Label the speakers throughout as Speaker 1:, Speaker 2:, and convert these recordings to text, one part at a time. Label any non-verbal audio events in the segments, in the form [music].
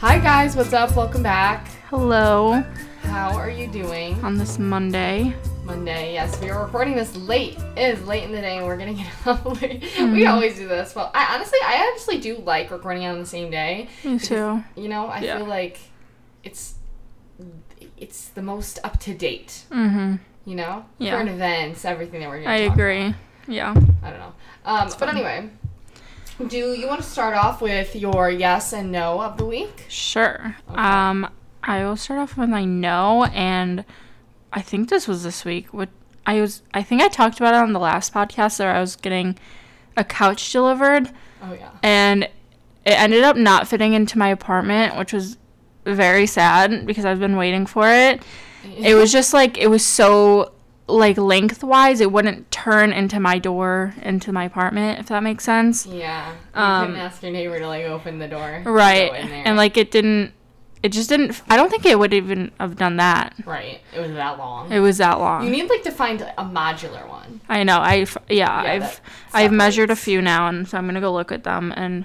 Speaker 1: guys, what's up? Welcome back.
Speaker 2: Hello
Speaker 1: How are you doing?
Speaker 2: on this Monday.
Speaker 1: Monday, yes, we are recording this late. It is late in the day and [laughs] we're getting it up late. We
Speaker 2: Mm-hmm.
Speaker 1: always do this. Well, I honestly, I honestly do like recording on the same day.
Speaker 2: Me too.
Speaker 1: You know, I
Speaker 2: Yeah.
Speaker 1: feel like it's it's the most up to date.
Speaker 2: Mm-hmm.
Speaker 1: You know,
Speaker 2: Yeah.
Speaker 1: current events, everything that we're gonna.
Speaker 2: I
Speaker 1: talk
Speaker 2: agree. Yeah.
Speaker 1: I don't know. Um, but anyway, do you want to start off with your yes and no of the week?
Speaker 2: Sure.
Speaker 1: Okay.
Speaker 2: Um, I will start off with I know, and I think this was this week. What I was, I think I talked about it on the last podcast where I was getting a couch delivered,
Speaker 1: Oh yeah.
Speaker 2: and it ended up not fitting into my apartment, which was very sad because I've been waiting for it. It was just like it was so like lengthwise, it wouldn't turn into my door into my apartment, if that makes sense.
Speaker 1: Yeah. You
Speaker 2: Um,
Speaker 1: couldn't ask your neighbor to like open the door. to
Speaker 2: right
Speaker 1: go in there.
Speaker 2: and like it didn't it just didn't i don't think it would even have done that
Speaker 1: Right. It was that long.
Speaker 2: it was that long
Speaker 1: You need like to find a modular one.
Speaker 2: i know i've
Speaker 1: Yeah,
Speaker 2: yeah,
Speaker 1: that
Speaker 2: i've i've measured a
Speaker 1: separates.
Speaker 2: few now and so i'm gonna go look at them and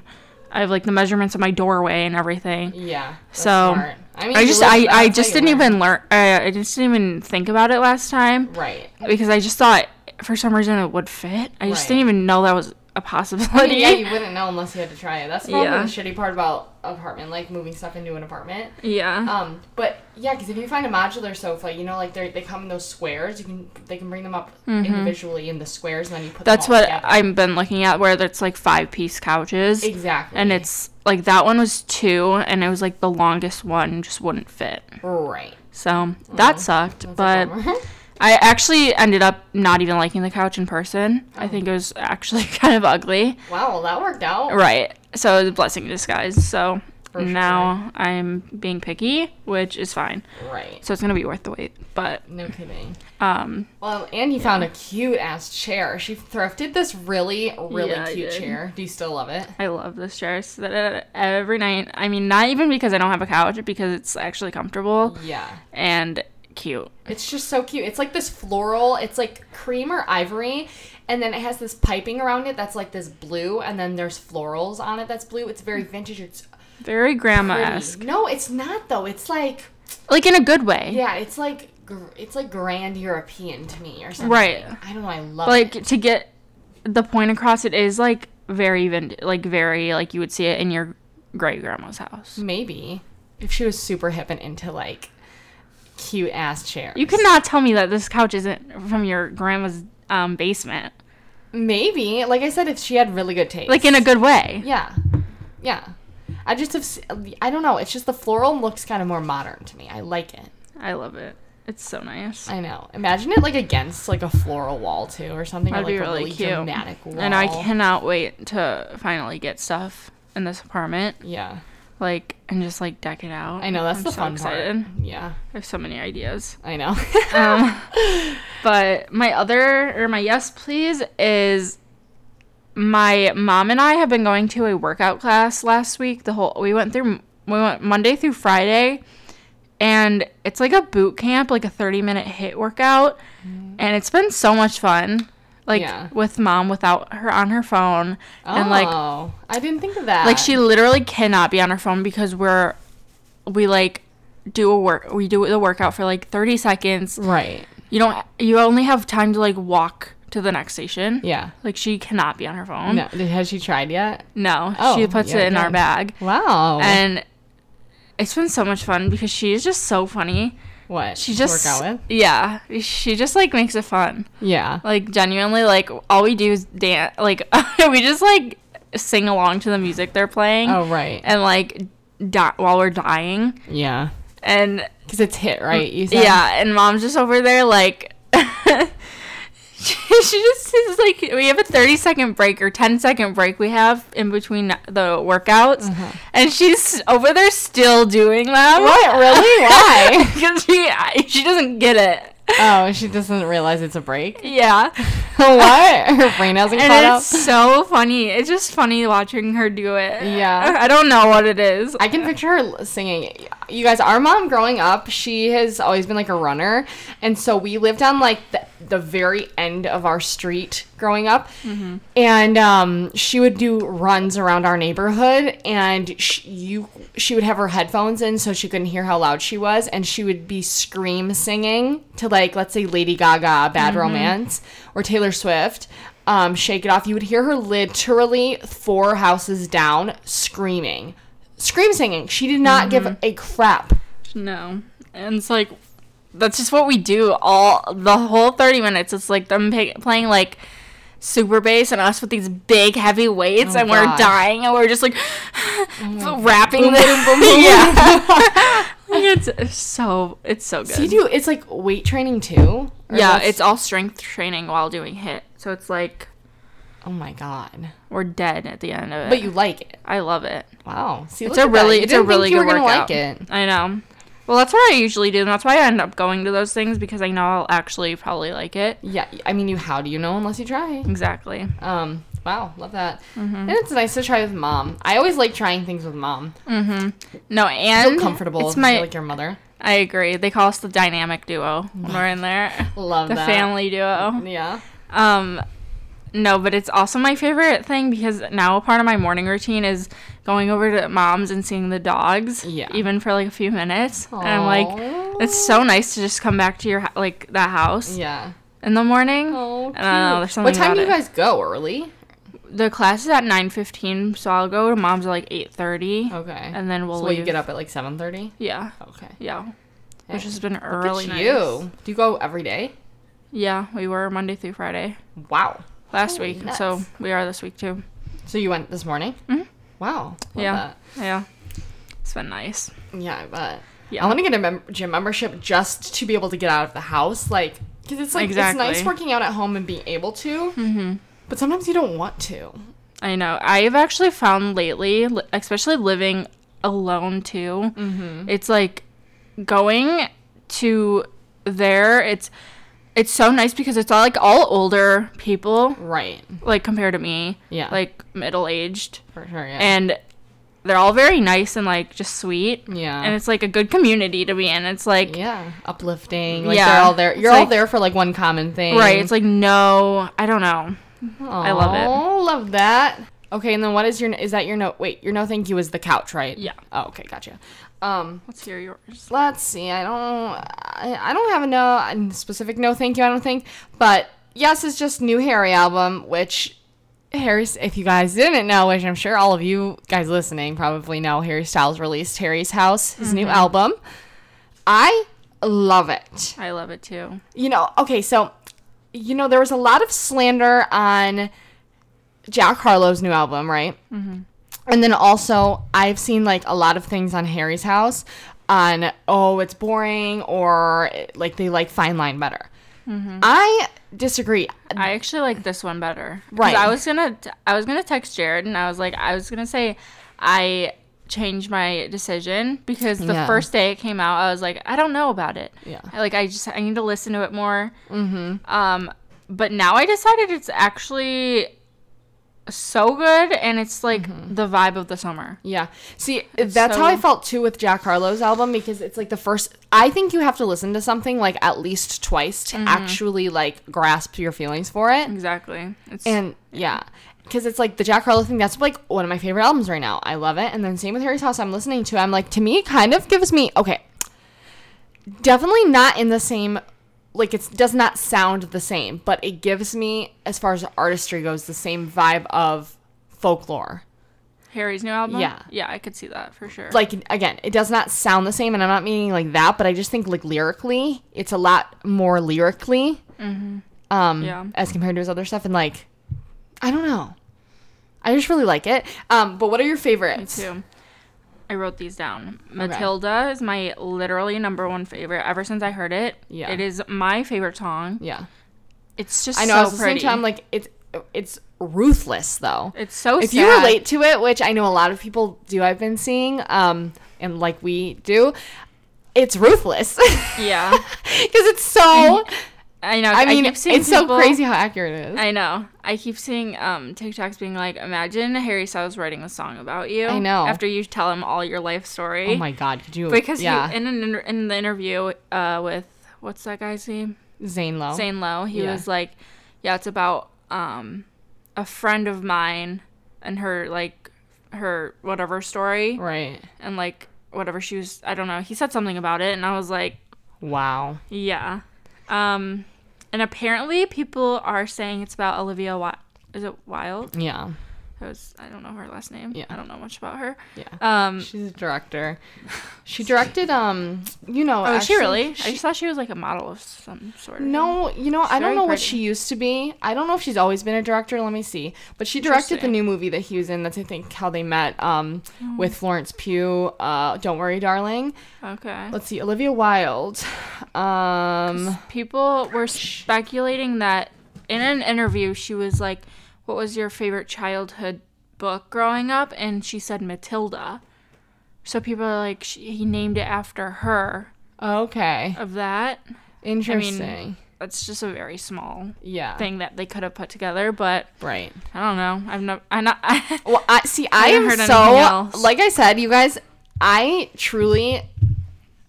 Speaker 2: i have like the measurements of my doorway and everything
Speaker 1: Yeah. that's
Speaker 2: So,
Speaker 1: smart. I mean,
Speaker 2: i
Speaker 1: you
Speaker 2: just
Speaker 1: live
Speaker 2: i
Speaker 1: in
Speaker 2: i
Speaker 1: that
Speaker 2: just
Speaker 1: place
Speaker 2: didn't
Speaker 1: where-
Speaker 2: even learn I, I just didn't even think about it last time
Speaker 1: Right.
Speaker 2: because i just thought for some reason it would fit i just
Speaker 1: Right.
Speaker 2: didn't even know that was a
Speaker 1: I
Speaker 2: possibility
Speaker 1: mean, yeah, you wouldn't know unless you had to try it. That's probably
Speaker 2: Yeah.
Speaker 1: the shitty part about apartment, like moving stuff into an apartment.
Speaker 2: [laughs] yeah
Speaker 1: Um, but yeah, because if you find a modular sofa, you know, like they they come in those squares. You can they can bring them up individually in the squares, and then you put.
Speaker 2: Mm-hmm. that's
Speaker 1: them all
Speaker 2: what
Speaker 1: together.
Speaker 2: i've been looking at where it's like five piece couches
Speaker 1: exactly.
Speaker 2: and it's like that one was two and it was like the longest one just wouldn't fit
Speaker 1: right.
Speaker 2: so that sucked
Speaker 1: Mm-hmm. That's a
Speaker 2: but
Speaker 1: bummer. [laughs]
Speaker 2: i actually ended up not even liking the couch in person
Speaker 1: Oh.
Speaker 2: i think it was actually [laughs] kind of ugly
Speaker 1: wow, well, that worked out.
Speaker 2: right so it was a blessing in disguise so
Speaker 1: For
Speaker 2: now i'm being picky which is fine
Speaker 1: Right.
Speaker 2: so it's gonna be worth the wait but
Speaker 1: No kidding.
Speaker 2: um
Speaker 1: Well, and you found a cute ass chair. She thrifted this really, really
Speaker 2: Yeah, I
Speaker 1: cute
Speaker 2: did.
Speaker 1: chair. Do you still love it?
Speaker 2: I love this chair. So that uh, every night, I mean, not even because I don't have a couch, because it's actually comfortable
Speaker 1: Yeah.
Speaker 2: and cute.
Speaker 1: It's just so cute. It's like this floral, it's like cream or ivory, and then it has this piping around it that's like this blue, and then there's florals on it that's blue. It's very vintage. It's
Speaker 2: Very grandma
Speaker 1: pretty.
Speaker 2: esque.
Speaker 1: No, it's not though. It's like
Speaker 2: like in a good way
Speaker 1: yeah, it's like gr- it's like grand European to me or something.
Speaker 2: Right.
Speaker 1: I don't know. I love it.
Speaker 2: like to get the point across it is like very even like very like you would see it in your great grandma's house
Speaker 1: Maybe if she was super hip and into like cute ass chairs.
Speaker 2: you cannot tell me that this couch isn't from your grandma's um, basement
Speaker 1: Maybe, like I said, if she had really good taste.
Speaker 2: like in a good way
Speaker 1: Yeah, yeah. I just have. se- I don't know. It's just the floral looks kind of more modern to me. I like it.
Speaker 2: i love it it's so nice
Speaker 1: I know. Imagine it like against like a floral wall too, or something.
Speaker 2: that'd
Speaker 1: or, like
Speaker 2: be
Speaker 1: a
Speaker 2: really cute
Speaker 1: dramatic wall.
Speaker 2: and i cannot wait to finally get stuff in this apartment
Speaker 1: Yeah,
Speaker 2: like and just like deck it out
Speaker 1: I know. That's
Speaker 2: I'm
Speaker 1: the
Speaker 2: so
Speaker 1: fun
Speaker 2: excited.
Speaker 1: part. Yeah,
Speaker 2: i have so many ideas
Speaker 1: I know.
Speaker 2: um,
Speaker 1: [laughs]
Speaker 2: but my other or my yes please is my mom and I have been going to a workout class last week. The whole we went through we went Monday through Friday, and it's like a boot camp, like a thirty minute hit workout, and it's been so much fun. Like
Speaker 1: Mm-hmm. Yeah.
Speaker 2: with mom without her on her phone, and like
Speaker 1: oh, I didn't think of that.
Speaker 2: like she literally cannot be on her phone because we're we like do a work we do the workout for like thirty seconds
Speaker 1: Right.
Speaker 2: you don't you only have time to like walk to the next station
Speaker 1: Yeah.
Speaker 2: like she cannot be on her phone
Speaker 1: No. did- Has she tried yet?
Speaker 2: No,
Speaker 1: Oh,
Speaker 2: she puts
Speaker 1: yeah,
Speaker 2: it in our
Speaker 1: good.
Speaker 2: bag
Speaker 1: Wow.
Speaker 2: and it's been so much fun because she is just so funny
Speaker 1: what?
Speaker 2: she
Speaker 1: to
Speaker 2: just
Speaker 1: work out with.
Speaker 2: yeah she just like makes it fun
Speaker 1: Yeah.
Speaker 2: like genuinely like all we do is dance like [laughs] we just like sing along to the music they're playing
Speaker 1: Oh right.
Speaker 2: and like di- while we're dying
Speaker 1: Yeah.
Speaker 2: and
Speaker 1: Because it's hit right. You said.
Speaker 2: Yeah, and mom's just over there like [laughs] she, she just is like we have a 30 second break or 10 second break we have in between the workouts
Speaker 1: Uh-huh.
Speaker 2: and she's over there still doing them.
Speaker 1: What?
Speaker 2: [laughs]
Speaker 1: Really? Why?
Speaker 2: Cuz she I- she doesn't get it.
Speaker 1: Oh, she doesn't realize it's a
Speaker 2: [laughs]
Speaker 1: break. [laughs]
Speaker 2: Yeah.
Speaker 1: what? Her brain hasn't caught
Speaker 2: And
Speaker 1: up.
Speaker 2: it's so funny. It's just funny watching her do it.
Speaker 1: Yeah.
Speaker 2: I don't know what it is.
Speaker 1: [laughs] I can picture her l- singing. you guys, our mom growing up, she has always been like a runner, and so we lived on like the, the very end of our street growing up, and um, she would do runs around our neighborhood, and she, you she would have her headphones in so she couldn't hear how loud she was, and she would be scream singing to like let's say Lady Gaga, Bad Romance, or Taylor Swift. Um, shake it off. You would hear her literally four houses down screaming scream singing. She did not give a crap.
Speaker 2: No. And it's like, that's just what we do all the whole 30 minutes. It's like them pay- playing like super bass and us with these big heavy weights and we're
Speaker 1: God.
Speaker 2: dying and we're just like [laughs] rapping Mm. boom, boom, boom, [laughs] Yeah. Like, [laughs] it's, it's so, it's so good.
Speaker 1: Do you do? It's like weight training too. Or
Speaker 2: yeah,
Speaker 1: that's-
Speaker 2: it's all strength training while doing hit. So it's like,
Speaker 1: oh my god.
Speaker 2: we're dead at the end of it.
Speaker 1: But you like it.
Speaker 2: I love it.
Speaker 1: Wow. See,
Speaker 2: It's
Speaker 1: look
Speaker 2: a
Speaker 1: at that.
Speaker 2: really,
Speaker 1: You
Speaker 2: it's a
Speaker 1: didn't
Speaker 2: really
Speaker 1: think you
Speaker 2: good
Speaker 1: were gonna
Speaker 2: workout.
Speaker 1: Like it.
Speaker 2: I know. Well, that's what I usually do, and that's why I end up going to those things because I know I'll actually probably like it.
Speaker 1: Yeah. I mean, you. How do you know unless you try?
Speaker 2: Exactly.
Speaker 1: Um. Wow. Love that.
Speaker 2: Mm-hmm.
Speaker 1: And it's nice to try with mom. I always like trying things with mom.
Speaker 2: Mm-hmm. No, and
Speaker 1: So comfortable.
Speaker 2: It's
Speaker 1: to
Speaker 2: my.
Speaker 1: feel like your mother.
Speaker 2: I agree. They call us the dynamic duo when we're in there,
Speaker 1: [laughs] Love
Speaker 2: the
Speaker 1: that.
Speaker 2: family duo.
Speaker 1: Yeah.
Speaker 2: Um, no, but it's also my favorite thing because now a part of my morning routine is going over to mom's and seeing the dogs.
Speaker 1: Yeah.
Speaker 2: Even for like a few minutes, and I'm like,
Speaker 1: Aw.
Speaker 2: it's so nice to just come back to your ho- like that house
Speaker 1: Yeah.
Speaker 2: in the morning.
Speaker 1: Oh.
Speaker 2: I don't know, there's
Speaker 1: What
Speaker 2: something
Speaker 1: time
Speaker 2: about
Speaker 1: do you
Speaker 2: it.
Speaker 1: guys go? Early.
Speaker 2: The class is at nine fifteen, so I'll go to mom's at like eight thirty,
Speaker 1: Okay.
Speaker 2: and then we'll
Speaker 1: so what,
Speaker 2: leave.
Speaker 1: you get up at like seven thirty.
Speaker 2: Yeah,
Speaker 1: Okay.
Speaker 2: yeah, which
Speaker 1: Hey,
Speaker 2: has been
Speaker 1: Look
Speaker 2: early.
Speaker 1: at
Speaker 2: nice.
Speaker 1: you. Do you go every day?
Speaker 2: Yeah, we were Monday through Friday
Speaker 1: Wow.
Speaker 2: last
Speaker 1: Holy
Speaker 2: week,
Speaker 1: nuts.
Speaker 2: so we are this week too.
Speaker 1: So you went this morning?
Speaker 2: Mhm.
Speaker 1: Wow. Love
Speaker 2: yeah,
Speaker 1: that.
Speaker 2: yeah, it's been nice.
Speaker 1: Yeah, I bet.
Speaker 2: Yeah.
Speaker 1: I want to get a mem- gym membership just to be able to get out of the house. Like, because it's like, it's
Speaker 2: Exactly.
Speaker 1: nice working out at home and being able to. Mm-hmm. But sometimes you don't want to.
Speaker 2: I know. I've actually found lately, li- especially living alone too,
Speaker 1: Mm-hmm.
Speaker 2: it's like going to there. It's it's so nice because it's all like all older people,
Speaker 1: Right.
Speaker 2: like compared to me.
Speaker 1: Yeah.
Speaker 2: like middle aged,
Speaker 1: For sure. Yeah.
Speaker 2: and they're all very nice and like just sweet.
Speaker 1: yeah.
Speaker 2: And it's like a good community to be in. It's like
Speaker 1: yeah. Uplifting. Like,
Speaker 2: Yeah.
Speaker 1: they're all there.
Speaker 2: It's
Speaker 1: You're all
Speaker 2: like-
Speaker 1: there for like one common thing.
Speaker 2: right. It's like no, I don't know. I love it.
Speaker 1: Oh, love that. Okay, and then what is your is that your no wait, your no thank you is the couch, right?
Speaker 2: Yeah.
Speaker 1: Oh, okay, gotcha. Um
Speaker 2: Let's hear yours.
Speaker 1: let's see i don't i, I don't have a no a specific no thank you i don't think but yes it's just new harry album which harry's if you guys didn't know which i'm sure all of you guys listening probably know harry styles released harry's house his new album i love it
Speaker 2: I love it too.
Speaker 1: you know, okay, so you know there was a lot of slander on Jack Harlow's new album, right? And then also I've seen like a lot of things on Harry's House on oh it's boring or like they like Fine Line better. I disagree.
Speaker 2: I actually like this one better. 'Cause
Speaker 1: Right.
Speaker 2: I was gonna I was gonna text Jared and I was like I was gonna say I changed my decision because the
Speaker 1: Yeah.
Speaker 2: first day it came out I was like I don't know about it.
Speaker 1: Yeah.
Speaker 2: I- like I just I need to listen to it more. Mm-hmm. Um, but now I decided it's actually so good and it's like the vibe of the summer.
Speaker 1: Yeah. See, that's how I
Speaker 2: so-
Speaker 1: felt too with Jack Harlow's album because it's like the first I think you have to listen to something like at least twice to actually like grasp your feelings for it.
Speaker 2: Exactly. It's
Speaker 1: And yeah, because it's like the Jack Harlow thing. That's like one of my favorite albums right now. I love it. And then same with Harry's House. I'm listening to. I'm like to me, it kind of gives me okay. Definitely not in the same. Like it does not sound the same, but it gives me, as far as artistry goes, the same vibe of folklore.
Speaker 2: Harry's new album.
Speaker 1: Yeah.
Speaker 2: Yeah, I could see that for sure.
Speaker 1: Like again, it does not sound the same, and I'm not meaning like that, but I just think like lyrically, it's a lot more lyrically,
Speaker 2: Mm-hmm.
Speaker 1: um,
Speaker 2: Yeah.
Speaker 1: as compared to his other stuff, and like, I don't know, I just really like it. Um, but what are your favorites?
Speaker 2: too. I wrote these down. Matilda is my literally number one favorite ever since I heard it.
Speaker 1: Yeah.
Speaker 2: It is my favorite song.
Speaker 1: Yeah,
Speaker 2: It's just
Speaker 1: I know.
Speaker 2: so
Speaker 1: I was listening
Speaker 2: pretty.
Speaker 1: to. I'm like, it's it's ruthless though.
Speaker 2: it's so
Speaker 1: if
Speaker 2: sad.
Speaker 1: you relate to it, which I know a lot of people do, I've been seeing, um, and like we do, it's ruthless. [laughs]
Speaker 2: Yeah.
Speaker 1: because it's so
Speaker 2: I know.
Speaker 1: I mean,
Speaker 2: keep
Speaker 1: it's
Speaker 2: seeing
Speaker 1: so
Speaker 2: people-
Speaker 1: crazy how accurate it is. I,
Speaker 2: I know. I keep seeing um, TikToks being like, "Imagine Harry Styles writing a song about you."
Speaker 1: I know.
Speaker 2: After you tell him all your life story.
Speaker 1: oh my god, could you?
Speaker 2: Because
Speaker 1: yeah,
Speaker 2: he, in an inter- in the interview uh, with what's that guy's name?
Speaker 1: Zane Lowe.
Speaker 2: Zane Lowe. He
Speaker 1: Oh, Yeah.
Speaker 2: was like, "Yeah, it's about um, a friend of mine and her like her whatever story
Speaker 1: Right.
Speaker 2: and like whatever she was. I don't know. He said something about it, and I was like,
Speaker 1: Wow.
Speaker 2: "Yeah." Um, and apparently, people are saying it's about Olivia. Wi- is it Wilde?
Speaker 1: Yeah.
Speaker 2: I was. I don't know her last name.
Speaker 1: Yeah.
Speaker 2: I don't know much about her.
Speaker 1: Yeah.
Speaker 2: Um.
Speaker 1: She's a director. She directed um, you know,
Speaker 2: Oh, is she
Speaker 1: actually-
Speaker 2: really? I just thought she was like a model of some sort.
Speaker 1: No, you know, I
Speaker 2: very
Speaker 1: don't know what
Speaker 2: pretty.
Speaker 1: she used to be. I don't know if she's always been a director. Let me see. But she directed the
Speaker 2: Interesting. Mm.
Speaker 1: new movie that he was in. That's I think how they met um, with Florence Pugh. Uh, don't worry, darling.
Speaker 2: Okay.
Speaker 1: Let's see, Olivia Wilde. Um,
Speaker 2: People were speculating that in an interview she was like, "What was your favorite childhood book growing up?" and she said Matilda. So people are like, she, "He named it after her."
Speaker 1: okay,
Speaker 2: Of that,
Speaker 1: interesting.
Speaker 2: that's just a very small
Speaker 1: yeah,
Speaker 2: thing that they could have put together, but
Speaker 1: right.
Speaker 2: I don't know. I've never, I not, [laughs] I,
Speaker 1: Well, I see. I
Speaker 2: haven't
Speaker 1: am
Speaker 2: heard anything
Speaker 1: so
Speaker 2: else.
Speaker 1: like I said, you guys. I truly, uh,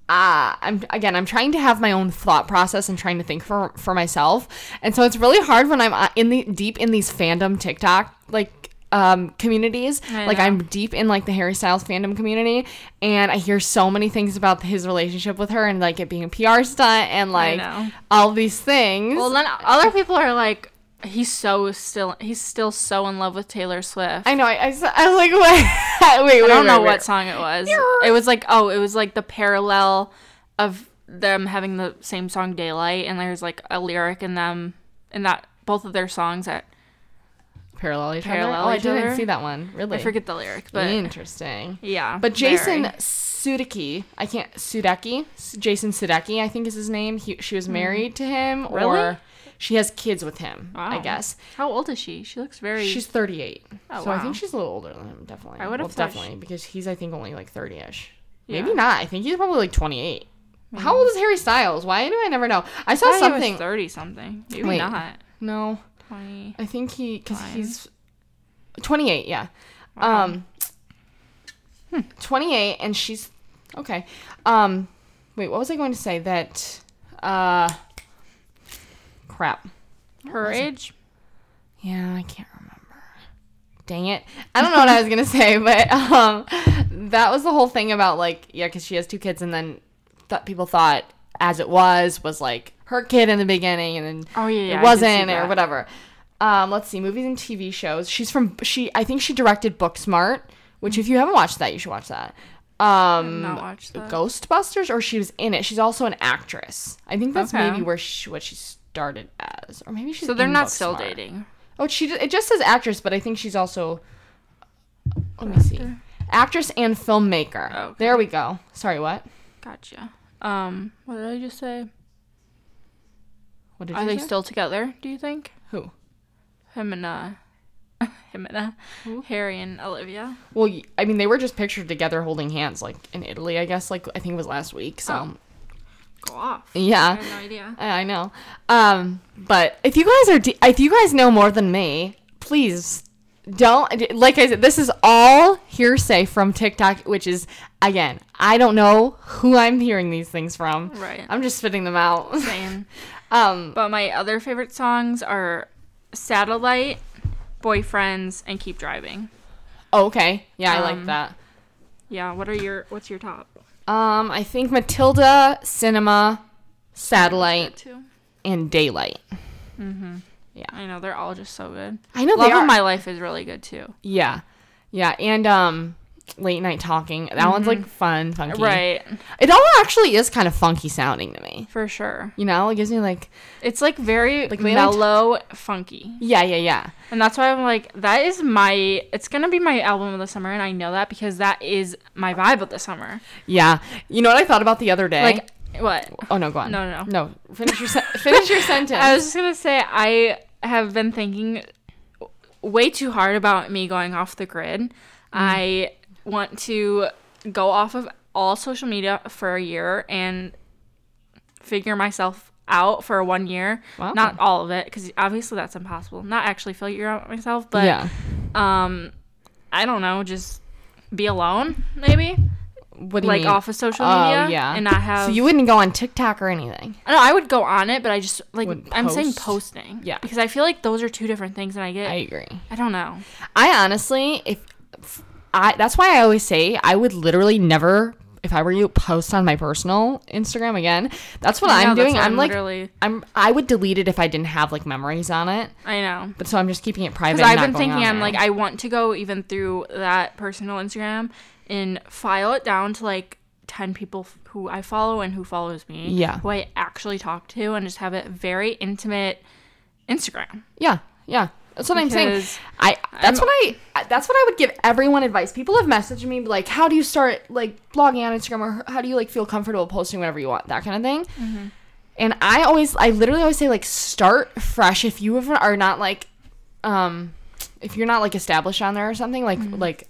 Speaker 1: I'm again. I'm trying to have my own thought process and trying to think for for myself, and so it's really hard when I'm uh, in the deep in these fandom TikTok like um communities.
Speaker 2: I
Speaker 1: Like
Speaker 2: know.
Speaker 1: I'm deep in like the Harry Styles fandom community, and I hear so many things about his relationship with her and like it being a PR stunt and like
Speaker 2: know.
Speaker 1: all these things.
Speaker 2: well, then other people are like, "He's so still, he's still so in love with Taylor Swift."
Speaker 1: I know. I, I, was- I was like, [laughs] wait, wait, wait.
Speaker 2: I don't know
Speaker 1: wait,
Speaker 2: what
Speaker 1: wait.
Speaker 2: song it was. It was like oh, it was like the parallel of them having the same song "Daylight," and there's like a lyric in them in that both of their songs that
Speaker 1: parallel each
Speaker 2: Parallel
Speaker 1: other. Oh,
Speaker 2: each
Speaker 1: I didn't
Speaker 2: other?
Speaker 1: see that one. Really,
Speaker 2: I forget the lyric, but
Speaker 1: interesting.
Speaker 2: yeah.
Speaker 1: But Jason
Speaker 2: very.
Speaker 1: Sudeki, I can't Sudeki, S- Jason Sudeki, I think is his name. He, she was married to him,
Speaker 2: Hmm. Really?
Speaker 1: or she has kids with him. I
Speaker 2: Wow.
Speaker 1: guess
Speaker 2: how old is she? She looks very.
Speaker 1: she's 38,
Speaker 2: Oh,
Speaker 1: so I
Speaker 2: wow.
Speaker 1: think she's a little older than him. Definitely,
Speaker 2: I would've
Speaker 1: well,
Speaker 2: thought she-
Speaker 1: definitely because he's I think only like 30ish.
Speaker 2: Yeah. Hmm.
Speaker 1: Maybe not. I think he's probably like 28. How old is Harry Styles? Why do I never know? I saw
Speaker 2: I thought he was
Speaker 1: something.
Speaker 2: thirty something. Maybe
Speaker 1: Wait.
Speaker 2: not
Speaker 1: no,
Speaker 2: twenty.
Speaker 1: I think he because
Speaker 2: Fine.
Speaker 1: he's 28, yeah.
Speaker 2: Wow. Hmm.
Speaker 1: Um 28 and she's okay. Um wait, what was I going to say that uh crap.
Speaker 2: Her age.
Speaker 1: Yeah, I can't remember. Dang it. I don't know what I was going to [laughs] say, but um that was the whole thing about like yeah, cuz she has two kids and then th- people thought as it was was like her kid in the beginning and then
Speaker 2: Oh yeah, yeah I
Speaker 1: it
Speaker 2: did see
Speaker 1: wasn't or
Speaker 2: that.
Speaker 1: whatever. Um, let's see, movies and TV shows. She's from she. I think she directed Booksmart, which if you haven't watched that, you should watch that. Um,
Speaker 2: not watched that.
Speaker 1: Ghostbusters, or she was in it. She's also an actress. I think that's
Speaker 2: Okay.
Speaker 1: maybe where she, what she started as, or maybe she's.
Speaker 2: So they're
Speaker 1: in
Speaker 2: not still
Speaker 1: Booksmart.
Speaker 2: dating.
Speaker 1: Oh, she. It just says actress, but I think she's also. Let me see, actress and filmmaker.
Speaker 2: Oh, Okay.
Speaker 1: There we go. Sorry, what?
Speaker 2: Gotcha. Um, what did I just say?
Speaker 1: What did
Speaker 2: Are
Speaker 1: you
Speaker 2: they
Speaker 1: say?
Speaker 2: still together? Do you think?
Speaker 1: Who?
Speaker 2: Him and [laughs] uh, him and uh, Harry and Olivia.
Speaker 1: Well, y- I mean, they were just pictured together holding hands, like in Italy, I guess. Like I think it was last week. So
Speaker 2: Go off. I
Speaker 1: yeah,
Speaker 2: have no idea.
Speaker 1: I I know. Um, but if you guys are, de- if you guys know more than me, please don't. Like I said, this is all hearsay from TikTok, which is again, I don't know who I'm hearing these things from.
Speaker 2: Right.
Speaker 1: I'm just spitting them out.
Speaker 2: Same.
Speaker 1: [laughs] um,
Speaker 2: But my other favorite songs are Satellite, Boyfriends, and Keep Driving.
Speaker 1: okay. Yeah, I like
Speaker 2: Um,
Speaker 1: that.
Speaker 2: Yeah, what are your what's your top?
Speaker 1: Um, I think Matilda, Cinema, Satellite,
Speaker 2: Two.
Speaker 1: and Daylight.
Speaker 2: I know they're all just so good.
Speaker 1: I know
Speaker 2: Love
Speaker 1: they
Speaker 2: of
Speaker 1: are.
Speaker 2: My Life is really good too.
Speaker 1: Yeah. Yeah, and um late night talking. That one's like fun, funky.
Speaker 2: Mm-hmm. Right.
Speaker 1: It all actually is kind of funky sounding to me.
Speaker 2: For sure.
Speaker 1: You know, it gives me like
Speaker 2: It's like very
Speaker 1: Like, they don't-
Speaker 2: mellow, funky.
Speaker 1: yeah, yeah, yeah.
Speaker 2: And that's why I'm like, that is my it's gonna be my album of the summer, and I know that because that is my vibe of the summer.
Speaker 1: Yeah. You know what I thought about the other day?
Speaker 2: Like what?
Speaker 1: Oh no, go on.
Speaker 2: No, no,
Speaker 1: No, finish your sen- finish
Speaker 2: [laughs]
Speaker 1: your sentence.
Speaker 2: I was just gonna say I have been thinking way too hard about me going off the grid.
Speaker 1: Mm.
Speaker 2: I want to go off of all social media for a year and figure myself out for one year.
Speaker 1: Wow.
Speaker 2: Not all of it, because obviously that's impossible. Not actually fill your out myself, but
Speaker 1: yeah.
Speaker 2: um, I don't know, just be alone maybe,
Speaker 1: What do you
Speaker 2: like
Speaker 1: mean?
Speaker 2: off of social
Speaker 1: Oh,
Speaker 2: media,
Speaker 1: yeah.
Speaker 2: and not have.
Speaker 1: So you wouldn't go on TikTok or anything.
Speaker 2: No, I would go on it, but I just like
Speaker 1: Would
Speaker 2: I'm saying
Speaker 1: post?
Speaker 2: posting.
Speaker 1: Yeah.
Speaker 2: Because I feel like those are two different things, and I get
Speaker 1: I
Speaker 2: I,
Speaker 1: agree.
Speaker 2: don't know.
Speaker 1: I honestly, if if I, that's why I always say I would literally never, if I were you, post on my personal Instagram again. That's what
Speaker 2: I know,
Speaker 1: I'm
Speaker 2: that's
Speaker 1: doing.
Speaker 2: what
Speaker 1: I'm,
Speaker 2: I'm
Speaker 1: like,
Speaker 2: literally-
Speaker 1: I'm, I would delete it if I didn't have like memories on it.
Speaker 2: I know.
Speaker 1: But so I'm just keeping it private.
Speaker 2: Because
Speaker 1: and
Speaker 2: I've
Speaker 1: not
Speaker 2: been
Speaker 1: going on
Speaker 2: thinking, I'm
Speaker 1: there.
Speaker 2: like, I want to go even through that personal Instagram and file it down to like ten people f- who I follow and who follows me.
Speaker 1: Yeah.
Speaker 2: Who I actually talk to, and just have it very intimate Instagram.
Speaker 1: Yeah, yeah. That's what I'm saying.
Speaker 2: Because
Speaker 1: I that's what I that's what I would give everyone advice. People have messaged me like, "How do you start like blogging on Instagram, or how do you like feel comfortable posting whatever you want, that kind of thing?"
Speaker 2: Mm-hmm.
Speaker 1: And I always, I literally always say like, start fresh. If you ever are not like, um, if you're not like established on there or something, like
Speaker 2: Mm-hmm.
Speaker 1: like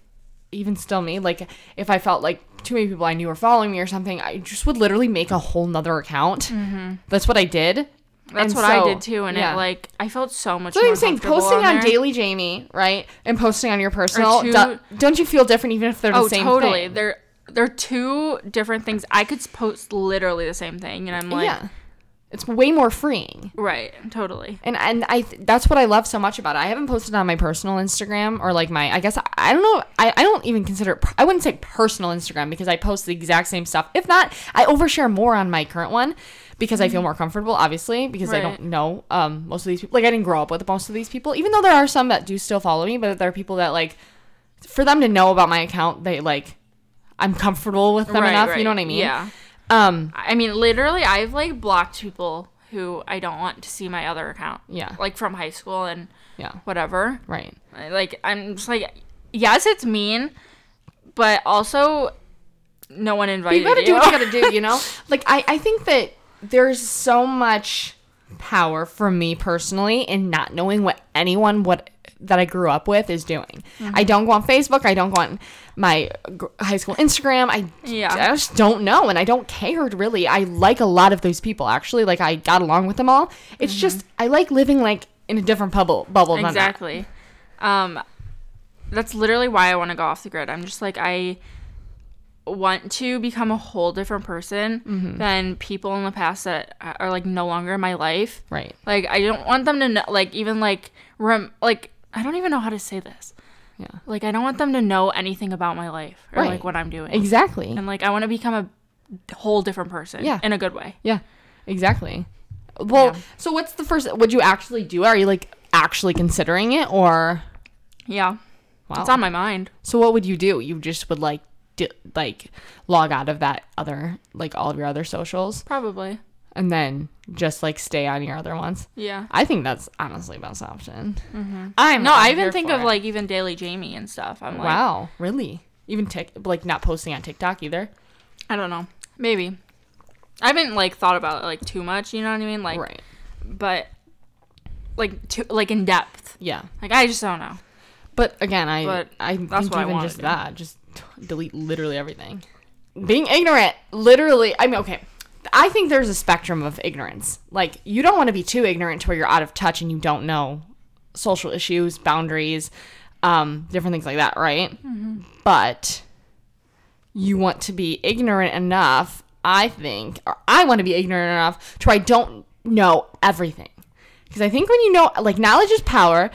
Speaker 1: even still me, like if I felt like too many people I knew were following me or something, I just would literally make a whole nother account. That's what I did.
Speaker 2: Mm-hmm. That's
Speaker 1: And
Speaker 2: what I
Speaker 1: so-
Speaker 2: did too, and
Speaker 1: yeah.
Speaker 2: it like I felt so much.
Speaker 1: That's
Speaker 2: more
Speaker 1: what I'm saying.
Speaker 2: comfortable
Speaker 1: Posting on,
Speaker 2: there.
Speaker 1: Daily Jamie, right, and posting on your personal,
Speaker 2: two-
Speaker 1: do, not you feel different even if they're the
Speaker 2: Oh,
Speaker 1: same
Speaker 2: totally.
Speaker 1: thing?
Speaker 2: They're they're two different things. I could post literally the same thing, and I'm like,
Speaker 1: yeah, it's way more freeing.
Speaker 2: right, totally.
Speaker 1: And and I th- that's what I love so much about it. I haven't posted on my personal Instagram or like my I guess I, I don't know I, I don't even consider it per- I wouldn't say personal Instagram because I post the exact same stuff. If not, I overshare more on my current one because I feel more comfortable obviously because I
Speaker 2: Mm-hmm. Right.
Speaker 1: don't know um most of these people like I didn't grow up with most of these people even though there are some that do still follow me but there are people that like for them to know about my account they like I'm comfortable with them
Speaker 2: Right,
Speaker 1: enough,
Speaker 2: right.
Speaker 1: you know what I mean?
Speaker 2: Yeah.
Speaker 1: Um
Speaker 2: I mean, literally, I've like blocked people who I don't want to see my other account.
Speaker 1: Yeah.
Speaker 2: Like from high school and
Speaker 1: yeah,
Speaker 2: whatever.
Speaker 1: right.
Speaker 2: I- Like I'm just like, yes, it's mean, but also, no one invited
Speaker 1: you gotta do what you
Speaker 2: [laughs]
Speaker 1: gotta do you know [laughs] like I, I think that there's so much power for me personally in not knowing what anyone what that i grew up with is doing i don't go on facebook i don't go on my gr- high school instagram i
Speaker 2: Yeah.
Speaker 1: i just don't know and i don't care really i like a lot of those people actually like i got along with them all it's just i like living like in a different bubble bubble than that.
Speaker 2: exactly. Um, that's literally why I want to go off the grid. I'm just like I want to become a whole different person
Speaker 1: Mm-hmm.
Speaker 2: than people in the past that are like no longer in my life.
Speaker 1: right
Speaker 2: Like I don't want them to know. Like even like rem- like I don't even know how to say this.
Speaker 1: Yeah.
Speaker 2: Like I don't want them to know anything about my life or
Speaker 1: Right.
Speaker 2: like what I'm doing.
Speaker 1: exactly
Speaker 2: And like I want to become a whole different person.
Speaker 1: Yeah.
Speaker 2: In a good way.
Speaker 1: Yeah, exactly. Well,
Speaker 2: Yeah.
Speaker 1: so what's the first? Would you actually do? it? Are you like actually considering it, or
Speaker 2: Yeah.
Speaker 1: wow?
Speaker 2: It's on my mind.
Speaker 1: so what would you do? You just would like di- like log out of that other like all of your other socials,
Speaker 2: Probably.
Speaker 1: and then just like stay on your other ones.
Speaker 2: Yeah.
Speaker 1: I think that's honestly best option. I'm
Speaker 2: No,
Speaker 1: I'm
Speaker 2: I even
Speaker 1: here
Speaker 2: think
Speaker 1: for
Speaker 2: of
Speaker 1: it.
Speaker 2: like even Daily Jamie and stuff. I'm like,
Speaker 1: wow, really? Even tick like not posting on TikTok either.
Speaker 2: I don't know. Maybe. I haven't like thought about it like too much, you know what I mean? Like
Speaker 1: right.
Speaker 2: but like too like in depth.
Speaker 1: Yeah.
Speaker 2: Like I just don't know.
Speaker 1: But again, I
Speaker 2: But
Speaker 1: I
Speaker 2: that's
Speaker 1: think
Speaker 2: what I
Speaker 1: even
Speaker 2: wanna
Speaker 1: just
Speaker 2: do.
Speaker 1: that, just [laughs] delete literally everything. Being ignorant, literally. I mean, okay. I think there's a spectrum of ignorance. Like you don't want to be too ignorant to where you're out of touch and you don't know social issues, boundaries, um, different things like that, right?
Speaker 2: Mm-hmm.
Speaker 1: But you want to be ignorant enough, I think, or I want to be ignorant enough to where I don't know everything. Because I think when you know, like, knowledge is power.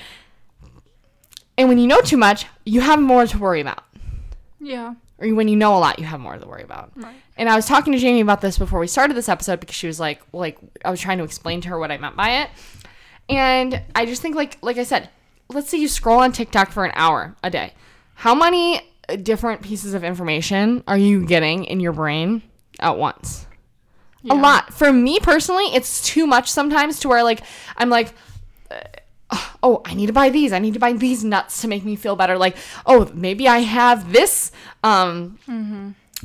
Speaker 1: And when you know too much, you have more to worry about.
Speaker 2: Yeah.
Speaker 1: Or when you know a lot, you have more to worry about.
Speaker 2: Right.
Speaker 1: And I was talking to Jamie about this before we started this episode because she was like, well, like I was trying to explain to her what I meant by it. And I just think like like I said, let's say you scroll on TikTok for an hour a day. How many uh, different pieces of information are you getting in your brain at once? a lot. For me personally, it's too much sometimes to where like I'm like uh, oh, I need to buy these. I need to buy these nuts to make me feel better. Like, oh, maybe I have this um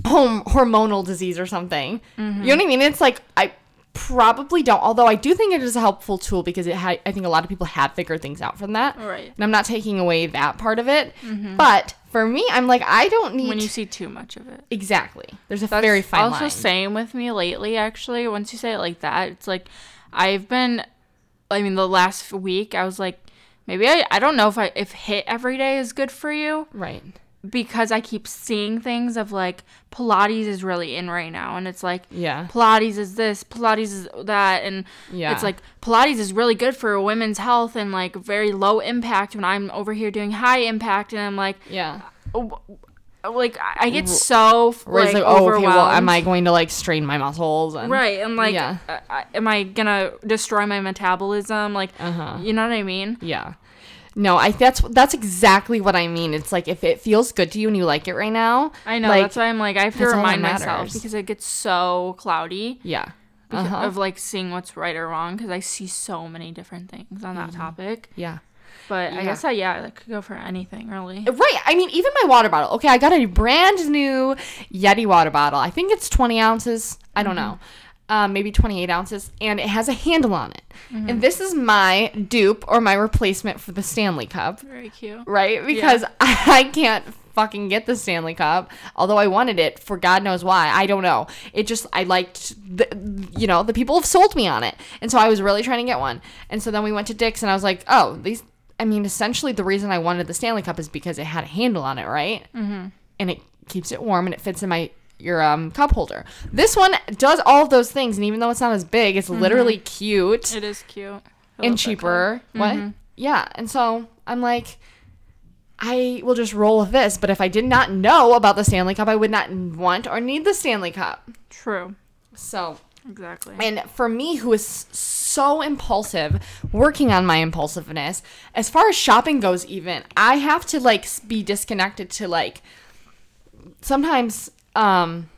Speaker 1: home hormonal disease or something. You know what I mean? It's like I probably don't. Although I do think it is a helpful tool because it ha- I think a lot of people have figured things out from that.
Speaker 2: Right. Mm-hmm.
Speaker 1: And I'm not taking away that part of it, but For me, I'm like I don't need
Speaker 2: when you see too much of it.
Speaker 1: exactly. There's a very fine
Speaker 2: also
Speaker 1: line.
Speaker 2: same with me lately actually once you say it like that it's like i've been i mean the last week i was like maybe i, I don't know if i if hit every day is good for you
Speaker 1: right.
Speaker 2: because i keep seeing things of like pilates is really in right now and it's like
Speaker 1: Yeah.
Speaker 2: pilates is this pilates is that and
Speaker 1: Yeah.
Speaker 2: it's like pilates is really good for women's health and like very low impact when i'm over here doing high impact and i'm like
Speaker 1: Yeah.
Speaker 2: w- like i I get so f-
Speaker 1: Whereas
Speaker 2: like,
Speaker 1: like, oh, okay,
Speaker 2: overwhelmed
Speaker 1: well, am I going to like strain my muscles? And,
Speaker 2: Right, and like,
Speaker 1: Yeah.
Speaker 2: uh, I- am I gonna destroy my metabolism? Like,
Speaker 1: Uh-huh.
Speaker 2: you know what I mean?
Speaker 1: Yeah. No, I that's that's exactly what I mean. It's like if it feels good to you and you like it right now.
Speaker 2: I know
Speaker 1: Like,
Speaker 2: that's why I'm like, I have to
Speaker 1: that's all that
Speaker 2: remind myself
Speaker 1: matters.
Speaker 2: because it gets so cloudy
Speaker 1: yeah.
Speaker 2: beca-
Speaker 1: Uh-huh.
Speaker 2: of like seeing what's right or wrong because I see so many different things on that topic.
Speaker 1: Yeah.
Speaker 2: But I
Speaker 1: Yeah.
Speaker 2: guess I Mm-hmm. yeah, that could go for anything really.
Speaker 1: Right. I mean, even my water bottle. Okay, I got a brand new Yeti water bottle. I think it's 20 ounces. I don't know. Um, maybe 28 ounces. And it has a handle on it. And this is my dupe or my replacement for the Stanley Cup.
Speaker 2: Very cute.
Speaker 1: right? Because [laughs] I can't fucking get the Stanley Cup, although I wanted it for God knows why. I don't know. It just I liked the you know the people have sold me on it, and so I was really trying to get one. And so then we went to Dick's, and I was like, oh, these. I mean, essentially, the reason I wanted the Stanley Cup is because it had a handle on it, right? Mm-hmm. And it keeps it warm, and it fits in my your um, cup holder. This one does all of those things, and even though it's not as big, it's literally cute
Speaker 2: It is cute I
Speaker 1: and
Speaker 2: love that
Speaker 1: cheaper. What? Yeah. And so I'm like, I will just roll with this. But if I did not know about the Stanley Cup, I would not want or need the Stanley Cup.
Speaker 2: color. True.
Speaker 1: So,
Speaker 2: Exactly.
Speaker 1: and for me, who is so impulsive, working on my impulsiveness, as far as shopping goes, even, I have to like s- be disconnected to like sometimes, um,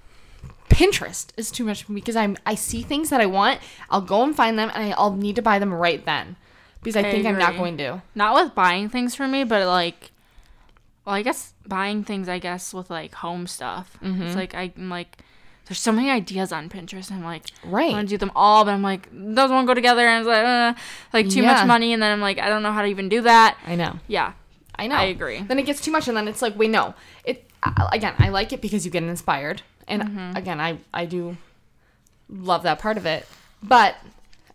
Speaker 1: Pinterest is too much for me because I'm I see things that I want, I'll go and find them, and I- I'll need to buy them right then because I,
Speaker 2: I
Speaker 1: think I'm not
Speaker 2: agree.
Speaker 1: going to.
Speaker 2: Not with buying things for me, but like, well, I guess buying things, I guess, with like home stuff. It's like, I'm like, there's so many ideas on Pinterest. I'm like, I want
Speaker 1: Right.
Speaker 2: to do them all, but I'm like, those won't go together. And it's like, uh, like too
Speaker 1: Yeah.
Speaker 2: much money. And then I'm like, I don't know how to even do that.
Speaker 1: I know.
Speaker 2: Yeah.
Speaker 1: I know.
Speaker 2: I agree.
Speaker 1: Then it gets too much, and then it's like, wait, no. It I- again. I like it because you get inspired, and again, I I do love that part of it. But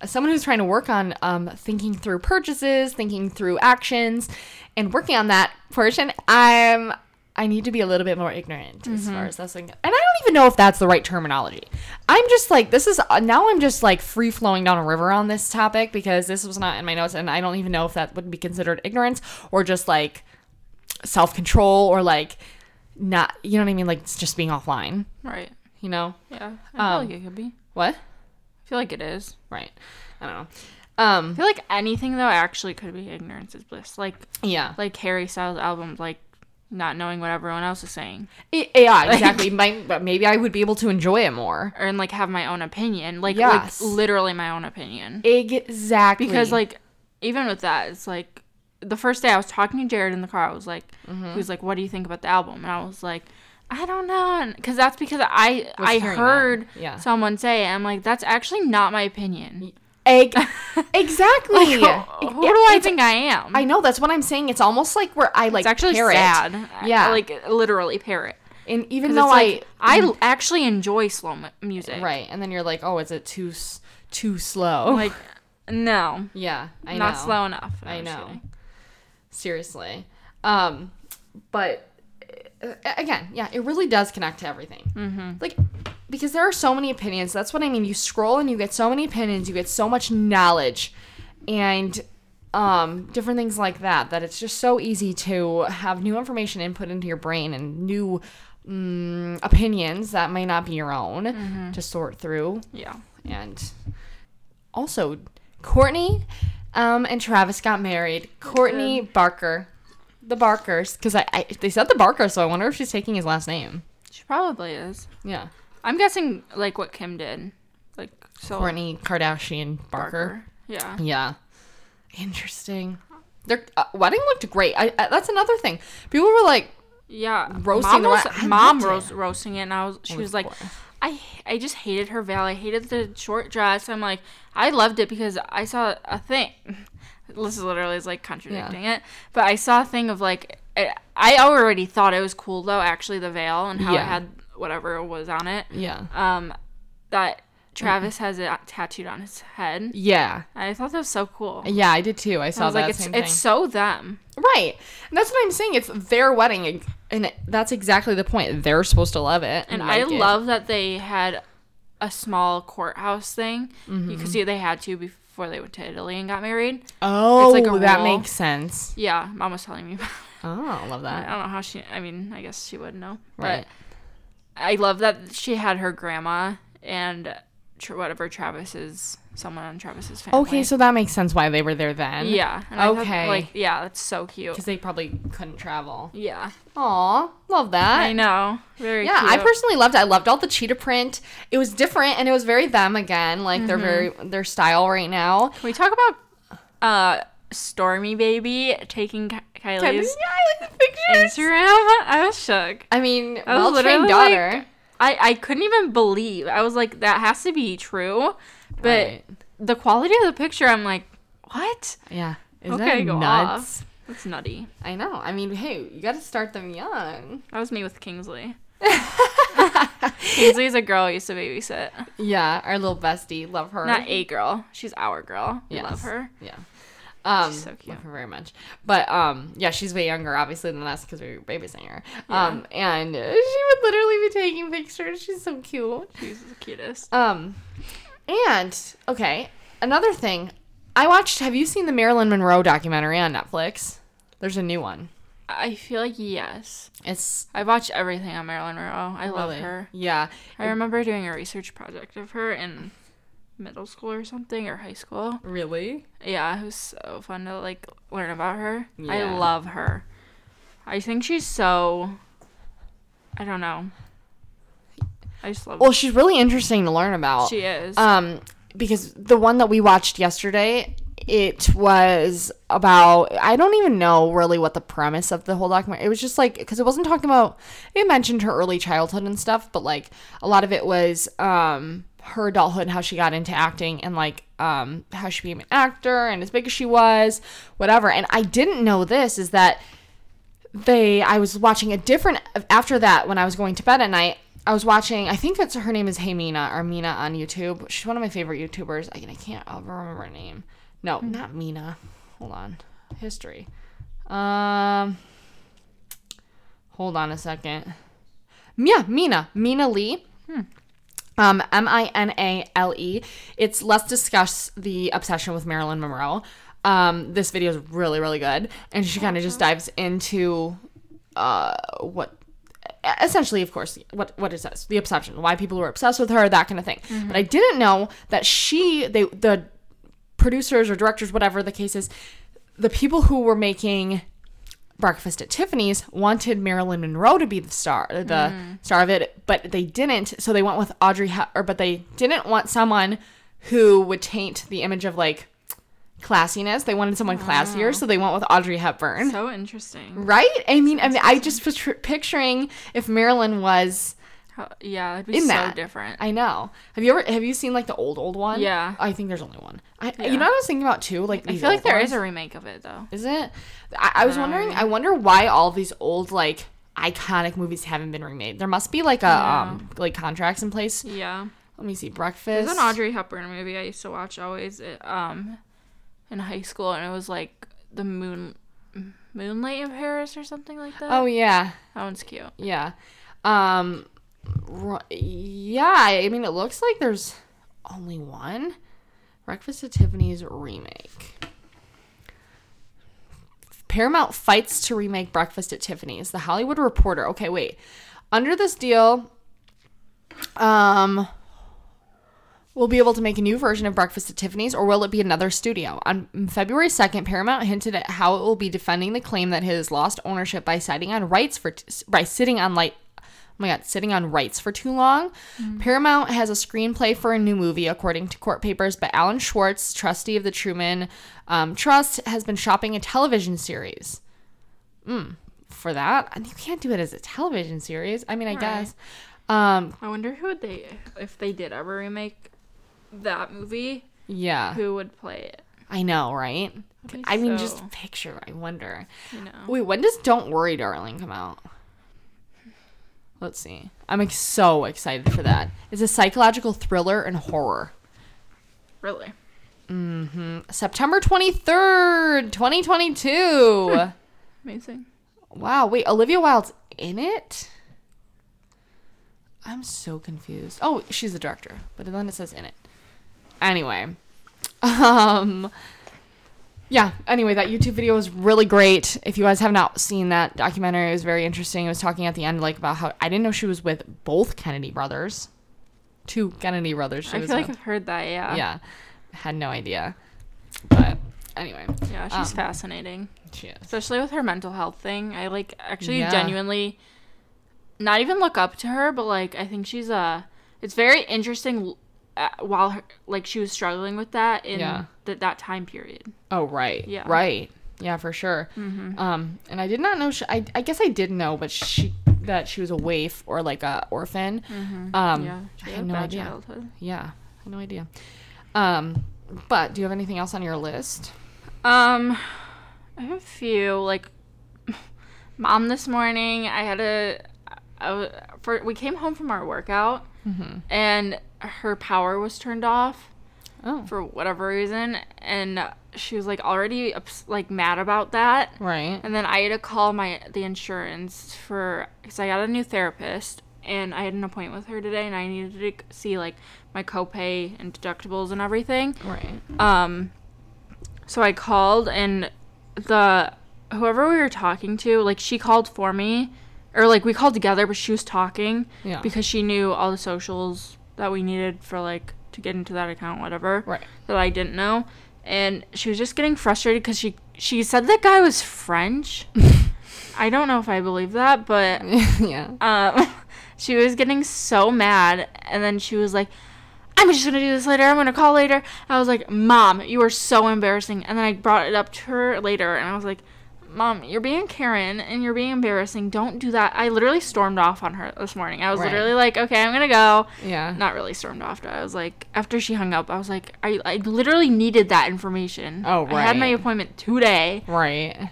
Speaker 1: as someone who's trying to work on um, thinking through purchases, thinking through actions, and working on that portion, I'm I need to be a little bit more ignorant as far as that's thing. And I don't even know if that's the right terminology. I'm just like this is uh, now I'm just like free flowing down a river on this topic because this was not in my notes, and I don't even know if that would be considered ignorance or just like self control or like not you know what I mean like it's just being offline
Speaker 2: Right.
Speaker 1: you know
Speaker 2: Yeah. I
Speaker 1: Um,
Speaker 2: feel like it could be.
Speaker 1: what
Speaker 2: I feel like it is.
Speaker 1: right I don't know um
Speaker 2: I feel like anything, though, actually could be ignorance is bliss. Like,
Speaker 1: yeah
Speaker 2: like Harry Styles' album, like, not knowing what everyone else is saying.
Speaker 1: I- yeah exactly Might but maybe I would be able to enjoy it more
Speaker 2: Or, and like, have my own opinion. Like,
Speaker 1: Yes.
Speaker 2: like literally my own opinion.
Speaker 1: exactly
Speaker 2: because like even with that it's like the first day i was talking to jared in the car i was like
Speaker 1: Mm-hmm.
Speaker 2: he was like what do you think about the album and i was like i don't know because that's because i
Speaker 1: Was
Speaker 2: i
Speaker 1: hearing that.
Speaker 2: heard
Speaker 1: Yeah.
Speaker 2: someone say it. i'm like that's actually not my opinion
Speaker 1: [laughs] Egg-
Speaker 2: [laughs]
Speaker 1: exactly [laughs]
Speaker 2: who, who do i think i am
Speaker 1: I know that's what I'm saying it's almost like where I like
Speaker 2: it's actually
Speaker 1: parrot.
Speaker 2: sad
Speaker 1: Yeah.
Speaker 2: I, like literally parrot
Speaker 1: and even
Speaker 2: 'Cause
Speaker 1: though
Speaker 2: it's like,
Speaker 1: I
Speaker 2: I l- actually enjoy slow mu- music
Speaker 1: right and then you're like oh is it too s- too slow
Speaker 2: like no
Speaker 1: yeah I
Speaker 2: not
Speaker 1: know.
Speaker 2: slow enough No,
Speaker 1: I
Speaker 2: I'm just
Speaker 1: know.
Speaker 2: kidding.
Speaker 1: Seriously. Um, but uh, again, yeah, it really does connect to everything. Mm-hmm. Like, because there are so many opinions. That's what I mean. You scroll and you get so many opinions, you get so much knowledge and um, different things like that, that it's just so easy to have new information input into your brain and new mm, opinions that may not be your own to sort through
Speaker 2: yeah
Speaker 1: and also Courtney um, and Travis got married. Courtney Barker, the Barkers, because I, I they said the Barker, so I wonder if she's taking his last name.
Speaker 2: she probably is
Speaker 1: Yeah,
Speaker 2: I'm guessing like what Kim did, like so
Speaker 1: Courtney Kardashian Barker.
Speaker 2: Yeah,
Speaker 1: Yeah, interesting. Their uh, wedding looked great. I, I, that's another thing. People were like,
Speaker 2: yeah.
Speaker 1: Roasting
Speaker 2: mom
Speaker 1: the
Speaker 2: was,
Speaker 1: ra- I
Speaker 2: mom
Speaker 1: loved
Speaker 2: roast,
Speaker 1: it.
Speaker 2: roasting it, and I was she
Speaker 1: Of
Speaker 2: was like,
Speaker 1: course.
Speaker 2: I h- I just hated her veil. I hated the short dress. I'm like, I loved it because I saw [laughs] a thing. This is literally is like contradicting it, but I saw a thing of like. It, I already thought it was cool though, actually the veil and how
Speaker 1: Yeah.
Speaker 2: it had whatever was on it.
Speaker 1: Yeah.
Speaker 2: Um that Travis has it tattooed on his head.
Speaker 1: Yeah. I
Speaker 2: I thought that was so cool.
Speaker 1: I did too. I saw
Speaker 2: I was
Speaker 1: that
Speaker 2: like it's
Speaker 1: same
Speaker 2: it's
Speaker 1: thing.
Speaker 2: so them.
Speaker 1: Right. And that's what I'm saying. It's their wedding, and it- that's exactly the point. They're supposed to love it.
Speaker 2: And I
Speaker 1: like it.
Speaker 2: love that they had a small courthouse thing. You
Speaker 1: Mm-hmm.
Speaker 2: could see they had to before they went to Italy and got married.
Speaker 1: Oh,
Speaker 2: It's like a
Speaker 1: that
Speaker 2: rule.
Speaker 1: makes sense.
Speaker 2: Yeah, mom was telling me. About it.
Speaker 1: Oh, I love
Speaker 2: I
Speaker 1: that.
Speaker 2: don't know how she. I mean, I guess she would know.
Speaker 1: Right.
Speaker 2: But I love that she had her grandma and tr- whatever Travis's someone on Travis's family.
Speaker 1: Okay, so that makes sense why they were there then.
Speaker 2: yeah. and I thought,
Speaker 1: Okay.
Speaker 2: like yeah, that's so cute.
Speaker 1: Because they probably couldn't travel.
Speaker 2: Yeah,
Speaker 1: Aw, love that.
Speaker 2: I know. Very.
Speaker 1: Yeah, I
Speaker 2: cute.
Speaker 1: personally loved it. I loved all the cheetah print. It was different and it was very them again. Like they're very their style right now.
Speaker 2: Can we talk about uh Stormy Baby taking Ky-
Speaker 1: I
Speaker 2: Kylie's
Speaker 1: like the pictures.
Speaker 2: Instagram? [laughs] I was shook.
Speaker 1: I mean,
Speaker 2: I was
Speaker 1: well trained
Speaker 2: literally
Speaker 1: daughter.
Speaker 2: like- I I couldn't even believe. I was like, that has to be true. But
Speaker 1: Right.
Speaker 2: the quality of the picture, I'm like, what?
Speaker 1: yeah. Isn't
Speaker 2: okay,
Speaker 1: that
Speaker 2: go
Speaker 1: nuts?
Speaker 2: off. That's nutty.
Speaker 1: I know. I mean, hey, you got to start them [laughs] young.
Speaker 2: That was me with [laughs] Kingsley. Kingsley's a girl I used to babysit.
Speaker 1: Yeah, our little bestie. Love her.
Speaker 2: Not a girl. She's our girl. We
Speaker 1: Yes.
Speaker 2: love her.
Speaker 1: Yeah. Um,
Speaker 2: She's so cute.
Speaker 1: Love her very much. But um, yeah, she's way younger, obviously, than us because we were babysitting her. Um, and uh, she would literally be taking pictures. She's so cute.
Speaker 2: She's the cutest.
Speaker 1: Um, and okay, another thing, I watched. Have you seen the Marilyn Monroe documentary on Netflix? There's a new one.
Speaker 2: I feel like yes.
Speaker 1: It's
Speaker 2: I watch everything on Marilyn Monroe. I love
Speaker 1: really-
Speaker 2: her.
Speaker 1: Yeah,
Speaker 2: I remember doing a research project of her in middle school or something or high school.
Speaker 1: really.
Speaker 2: Yeah, it was so fun to like learn about her.
Speaker 1: Yeah.
Speaker 2: I love her. I think she's so I don't know. I just love
Speaker 1: Well, she's really interesting to learn about.
Speaker 2: she is.
Speaker 1: Um, because the one that we watched yesterday, it was about I don't even know really what the premise of the whole document. It was just like because it wasn't talking about. It mentioned her early childhood and stuff, but like a lot of it was um her adulthood, and how she got into acting, and like um how she became an actor and as big as she was, whatever. And I didn't know this is that they I was watching a different after that when I was going to bed at night. I was watching. I think that's her name is Haymina or Mina on YouTube. She's one of my favorite YouTubers. I, I can't ever remember her name. No, not Mina. Hold on. History. Um. Hold on a second. Yeah, Mina. Mina Lee. Um, M I N A L E. It's Let's Discuss the Obsession with Marilyn Monroe. Um, this video is really, really good. And she kind of just dives into uh, what essentially of course what what it says the obsession why people were obsessed with her that kind of thing but i didn't know that she they the producers or directors whatever the case is the people who were making breakfast at tiffany's wanted marilyn monroe to be the star the star of it but they didn't so they went with audrey Hep- or but they didn't want someone who would taint the image of like classiness they wanted someone classier so they went with audrey hepburn
Speaker 2: so interesting.
Speaker 1: Right? I mean, I mean, I just was tr- picturing if Marilyn was.
Speaker 2: How, yeah, it'd be
Speaker 1: In
Speaker 2: so
Speaker 1: that.
Speaker 2: different.
Speaker 1: I know. Have you ever have you seen like the old old one?
Speaker 2: Yeah.
Speaker 1: I think there's only one. I you know what I was thinking about too. Like
Speaker 2: I feel like there is a Um, remake of it though.
Speaker 1: Is it? I, I was wondering. I wonder why all these old like iconic movies haven't been remade. There must be like a um like contracts in place.
Speaker 2: Yeah.
Speaker 1: Let me see. Breakfast.
Speaker 2: There's an Audrey Hepburn movie I used to watch always it, um in high school and it was like the moon Moonlight in Paris or something like that.
Speaker 1: Oh yeah,
Speaker 2: That one's cute.
Speaker 1: yeah. Um, ro- yeah. I mean, it looks like there's only one. Breakfast at Tiffany's remake. Paramount fights to remake Breakfast at Tiffany's. The Hollywood Reporter. Okay, wait. Under this deal, um, will be able to make a new version of Breakfast at Tiffany's, or will it be another studio? On February 2nd, Paramount hinted at how it will be defending the claim that it has lost ownership by citing on rights for by sitting on light. Oh my god, sitting on rights for too long. Paramount has a screenplay for a new movie, according to court papers. But Alan Schwartz, trustee of the Truman um, Trust, has been shopping a television series. Mm, for that, and you can't do it as a television series. I mean, I guess. Um,
Speaker 2: I wonder who would they if they did ever remake that movie,
Speaker 1: yeah,
Speaker 2: who would play it?
Speaker 1: I know, right?
Speaker 2: think
Speaker 1: I mean,
Speaker 2: so.
Speaker 1: just picture. I wonder.
Speaker 2: You know.
Speaker 1: Wait, when does Don't Worry, Darling come out? Let's see. I'm like, so excited for that. It's a psychological thriller and horror.
Speaker 2: Really?
Speaker 1: September 23rd, 2022.
Speaker 2: Amazing.
Speaker 1: wow, wait, Olivia Wilde's in it? I'm so confused. Oh, she's the director, but then it says in it. Anyway. Um yeah, anyway, that YouTube video was really great. If you guys have not seen that documentary, it was very interesting. It was talking at the end like about how I didn't know she was with both Kennedy brothers. Two Kennedy brothers. She
Speaker 2: I
Speaker 1: was
Speaker 2: feel like
Speaker 1: with.
Speaker 2: I've heard that, yeah.
Speaker 1: yeah. Had no idea. But anyway,
Speaker 2: Yeah, she's
Speaker 1: Um,
Speaker 2: fascinating.
Speaker 1: she is.
Speaker 2: Especially with her mental health thing. I like actually
Speaker 1: Yeah.
Speaker 2: genuinely not even look up to her, but like I think she's uh it's very interesting l- uh, while her, like she was struggling with that in
Speaker 1: Yeah.
Speaker 2: th- that time period.
Speaker 1: Oh right.
Speaker 2: Yeah. Mm-hmm.
Speaker 1: Right. Yeah, for sure. Um, and I did not know. She, I I guess I did know, but she that she was a waif or like a orphan. Um,
Speaker 2: Mm-hmm. yeah.
Speaker 1: I
Speaker 2: She
Speaker 1: had no
Speaker 2: bad
Speaker 1: idea.
Speaker 2: childhood.
Speaker 1: Yeah, I had no idea. Um, but do you have anything else on your list?
Speaker 2: Um, I have a few. Like, mom, this morning I had a. I w- for we came home from our workout, and her power was turned off
Speaker 1: Oh,
Speaker 2: for whatever reason, and she was like already ups- like mad about that.
Speaker 1: right.
Speaker 2: And then I had to call my the insurance for because I got a new therapist and I had an appointment with her today, and I needed to see like my copay and deductibles and everything.
Speaker 1: Right.
Speaker 2: Um, so I called and the whoever we were talking to, like she called for me, or like we called together, but she was talking
Speaker 1: Yeah.
Speaker 2: because she knew all the socials that we needed for like to get into that account, whatever
Speaker 1: Right.
Speaker 2: that I didn't know, and she was just getting frustrated because she she said that guy was
Speaker 1: [laughs]
Speaker 2: French. I don't know if I believe that, but
Speaker 1: [laughs] yeah.
Speaker 2: um, [laughs] she was getting so mad, and then she was like, "I'm just gonna do this later. I'm gonna call later." I was like, "Mom, you are so embarrassing." And then I brought it up to her later, and I was like, "Mom, you're being Karen, and you're being embarrassing. Don't do that." I literally stormed off on her this morning. I was
Speaker 1: Right.
Speaker 2: literally like, "Okay, I'm gonna go."
Speaker 1: Yeah.
Speaker 2: Not really stormed off. but I was like, after she hung up, I was like, I, I literally needed that information.
Speaker 1: Oh,
Speaker 2: I had my
Speaker 1: right.
Speaker 2: appointment today. [laughs]
Speaker 1: Right.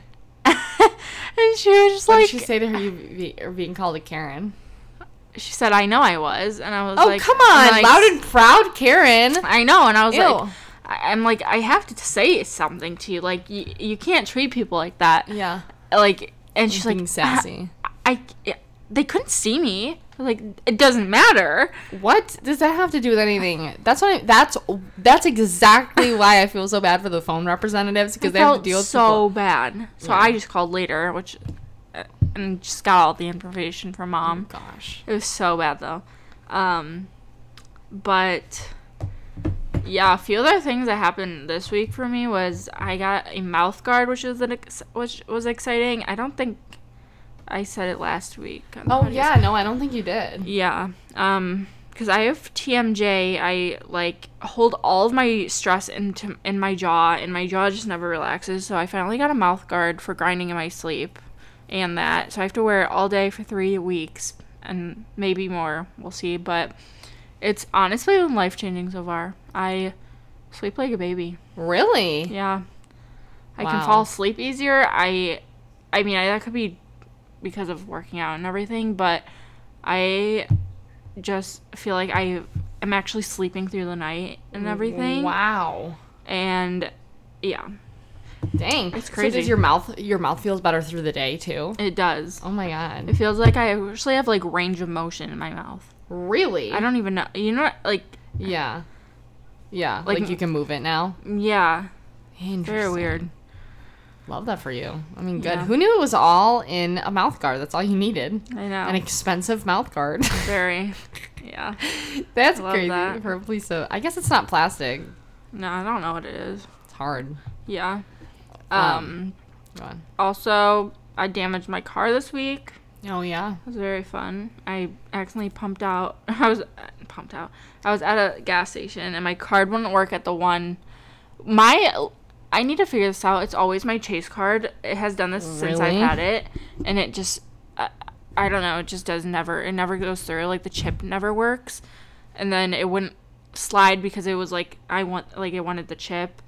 Speaker 2: and she was just
Speaker 1: What
Speaker 2: like,
Speaker 1: did she say to her? You be, or being called a Karen?
Speaker 2: she said, I know I was. And I was
Speaker 1: Oh
Speaker 2: like,
Speaker 1: come on,
Speaker 2: like,
Speaker 1: loud and proud, Karen.
Speaker 2: I know, and I was
Speaker 1: Ew.
Speaker 2: like, I- I'm like, I have to say something to you. Like, you, you can't treat people like that.
Speaker 1: Yeah.
Speaker 2: Like, and she's
Speaker 1: being
Speaker 2: like, "Ah,
Speaker 1: sassy.
Speaker 2: I, I, they couldn't see me. Like, it doesn't matter.
Speaker 1: What does that have to do with anything? That's why. That's that's exactly why I feel so bad for the phone representatives because they have to
Speaker 2: felt
Speaker 1: deal with
Speaker 2: so
Speaker 1: people-
Speaker 2: bad. So I just called later, which, uh, and just got all the information from mom.
Speaker 1: Gosh.
Speaker 2: It was so bad though. Um, but yeah, a few other things that happened this week for me was I got a mouth guard, which was an ex- which was exciting. I don't think I said it last week. on the
Speaker 1: Oh
Speaker 2: podcast.
Speaker 1: yeah, no, I don't think you did.
Speaker 2: Yeah. Um, because I have TMJ, I like hold all of my stress into in my jaw, and my jaw just never relaxes. So I finally got a mouth guard for grinding in my sleep, and that. So I have to wear it all day for three weeks, and maybe more. We'll see. But it's honestly been life changing so far. I sleep like a baby.
Speaker 1: Really?
Speaker 2: Yeah. I
Speaker 1: Wow.
Speaker 2: can fall asleep easier. I I mean, I, that could be because of working out and everything, but I just feel like I am actually sleeping through the night and everything.
Speaker 1: Mm, Wow.
Speaker 2: And yeah,
Speaker 1: Dang.
Speaker 2: It's
Speaker 1: So
Speaker 2: crazy.
Speaker 1: does your mouth your mouth feels better through the day too?
Speaker 2: it does.
Speaker 1: Oh my god.
Speaker 2: It feels like I actually have like range of motion in my mouth.
Speaker 1: Really?
Speaker 2: I don't even know. You know, like
Speaker 1: Yeah. Yeah. Like,
Speaker 2: Like-
Speaker 1: you can move it now.
Speaker 2: yeah,
Speaker 1: Interesting.
Speaker 2: very weird.
Speaker 1: Love that for you. I mean, good.
Speaker 2: Yeah.
Speaker 1: Who knew it was all in a mouth guard? That's all you needed.
Speaker 2: I
Speaker 1: An
Speaker 2: know.
Speaker 1: expensive mouth guard. [laughs]
Speaker 2: Very. Yeah. [laughs]
Speaker 1: That's
Speaker 2: Love
Speaker 1: crazy.
Speaker 2: that.
Speaker 1: Probably so. I guess it's not plastic.
Speaker 2: No, I don't know what it is.
Speaker 1: It's hard.
Speaker 2: Yeah.
Speaker 1: Um,
Speaker 2: um
Speaker 1: Go on.
Speaker 2: Also, I damaged my car this week.
Speaker 1: Oh yeah.
Speaker 2: It was very fun. I accidentally pumped out. [laughs] I was pumped out. I was at a gas station and my card wouldn't work at the one. My I need to figure this out. It's always my Chase card. It has done this since I've
Speaker 1: Really?
Speaker 2: had it and it just I, I don't know, it just does never it never goes through. Like the chip never works. And then it wouldn't slide because it was like I want like it wanted the chip.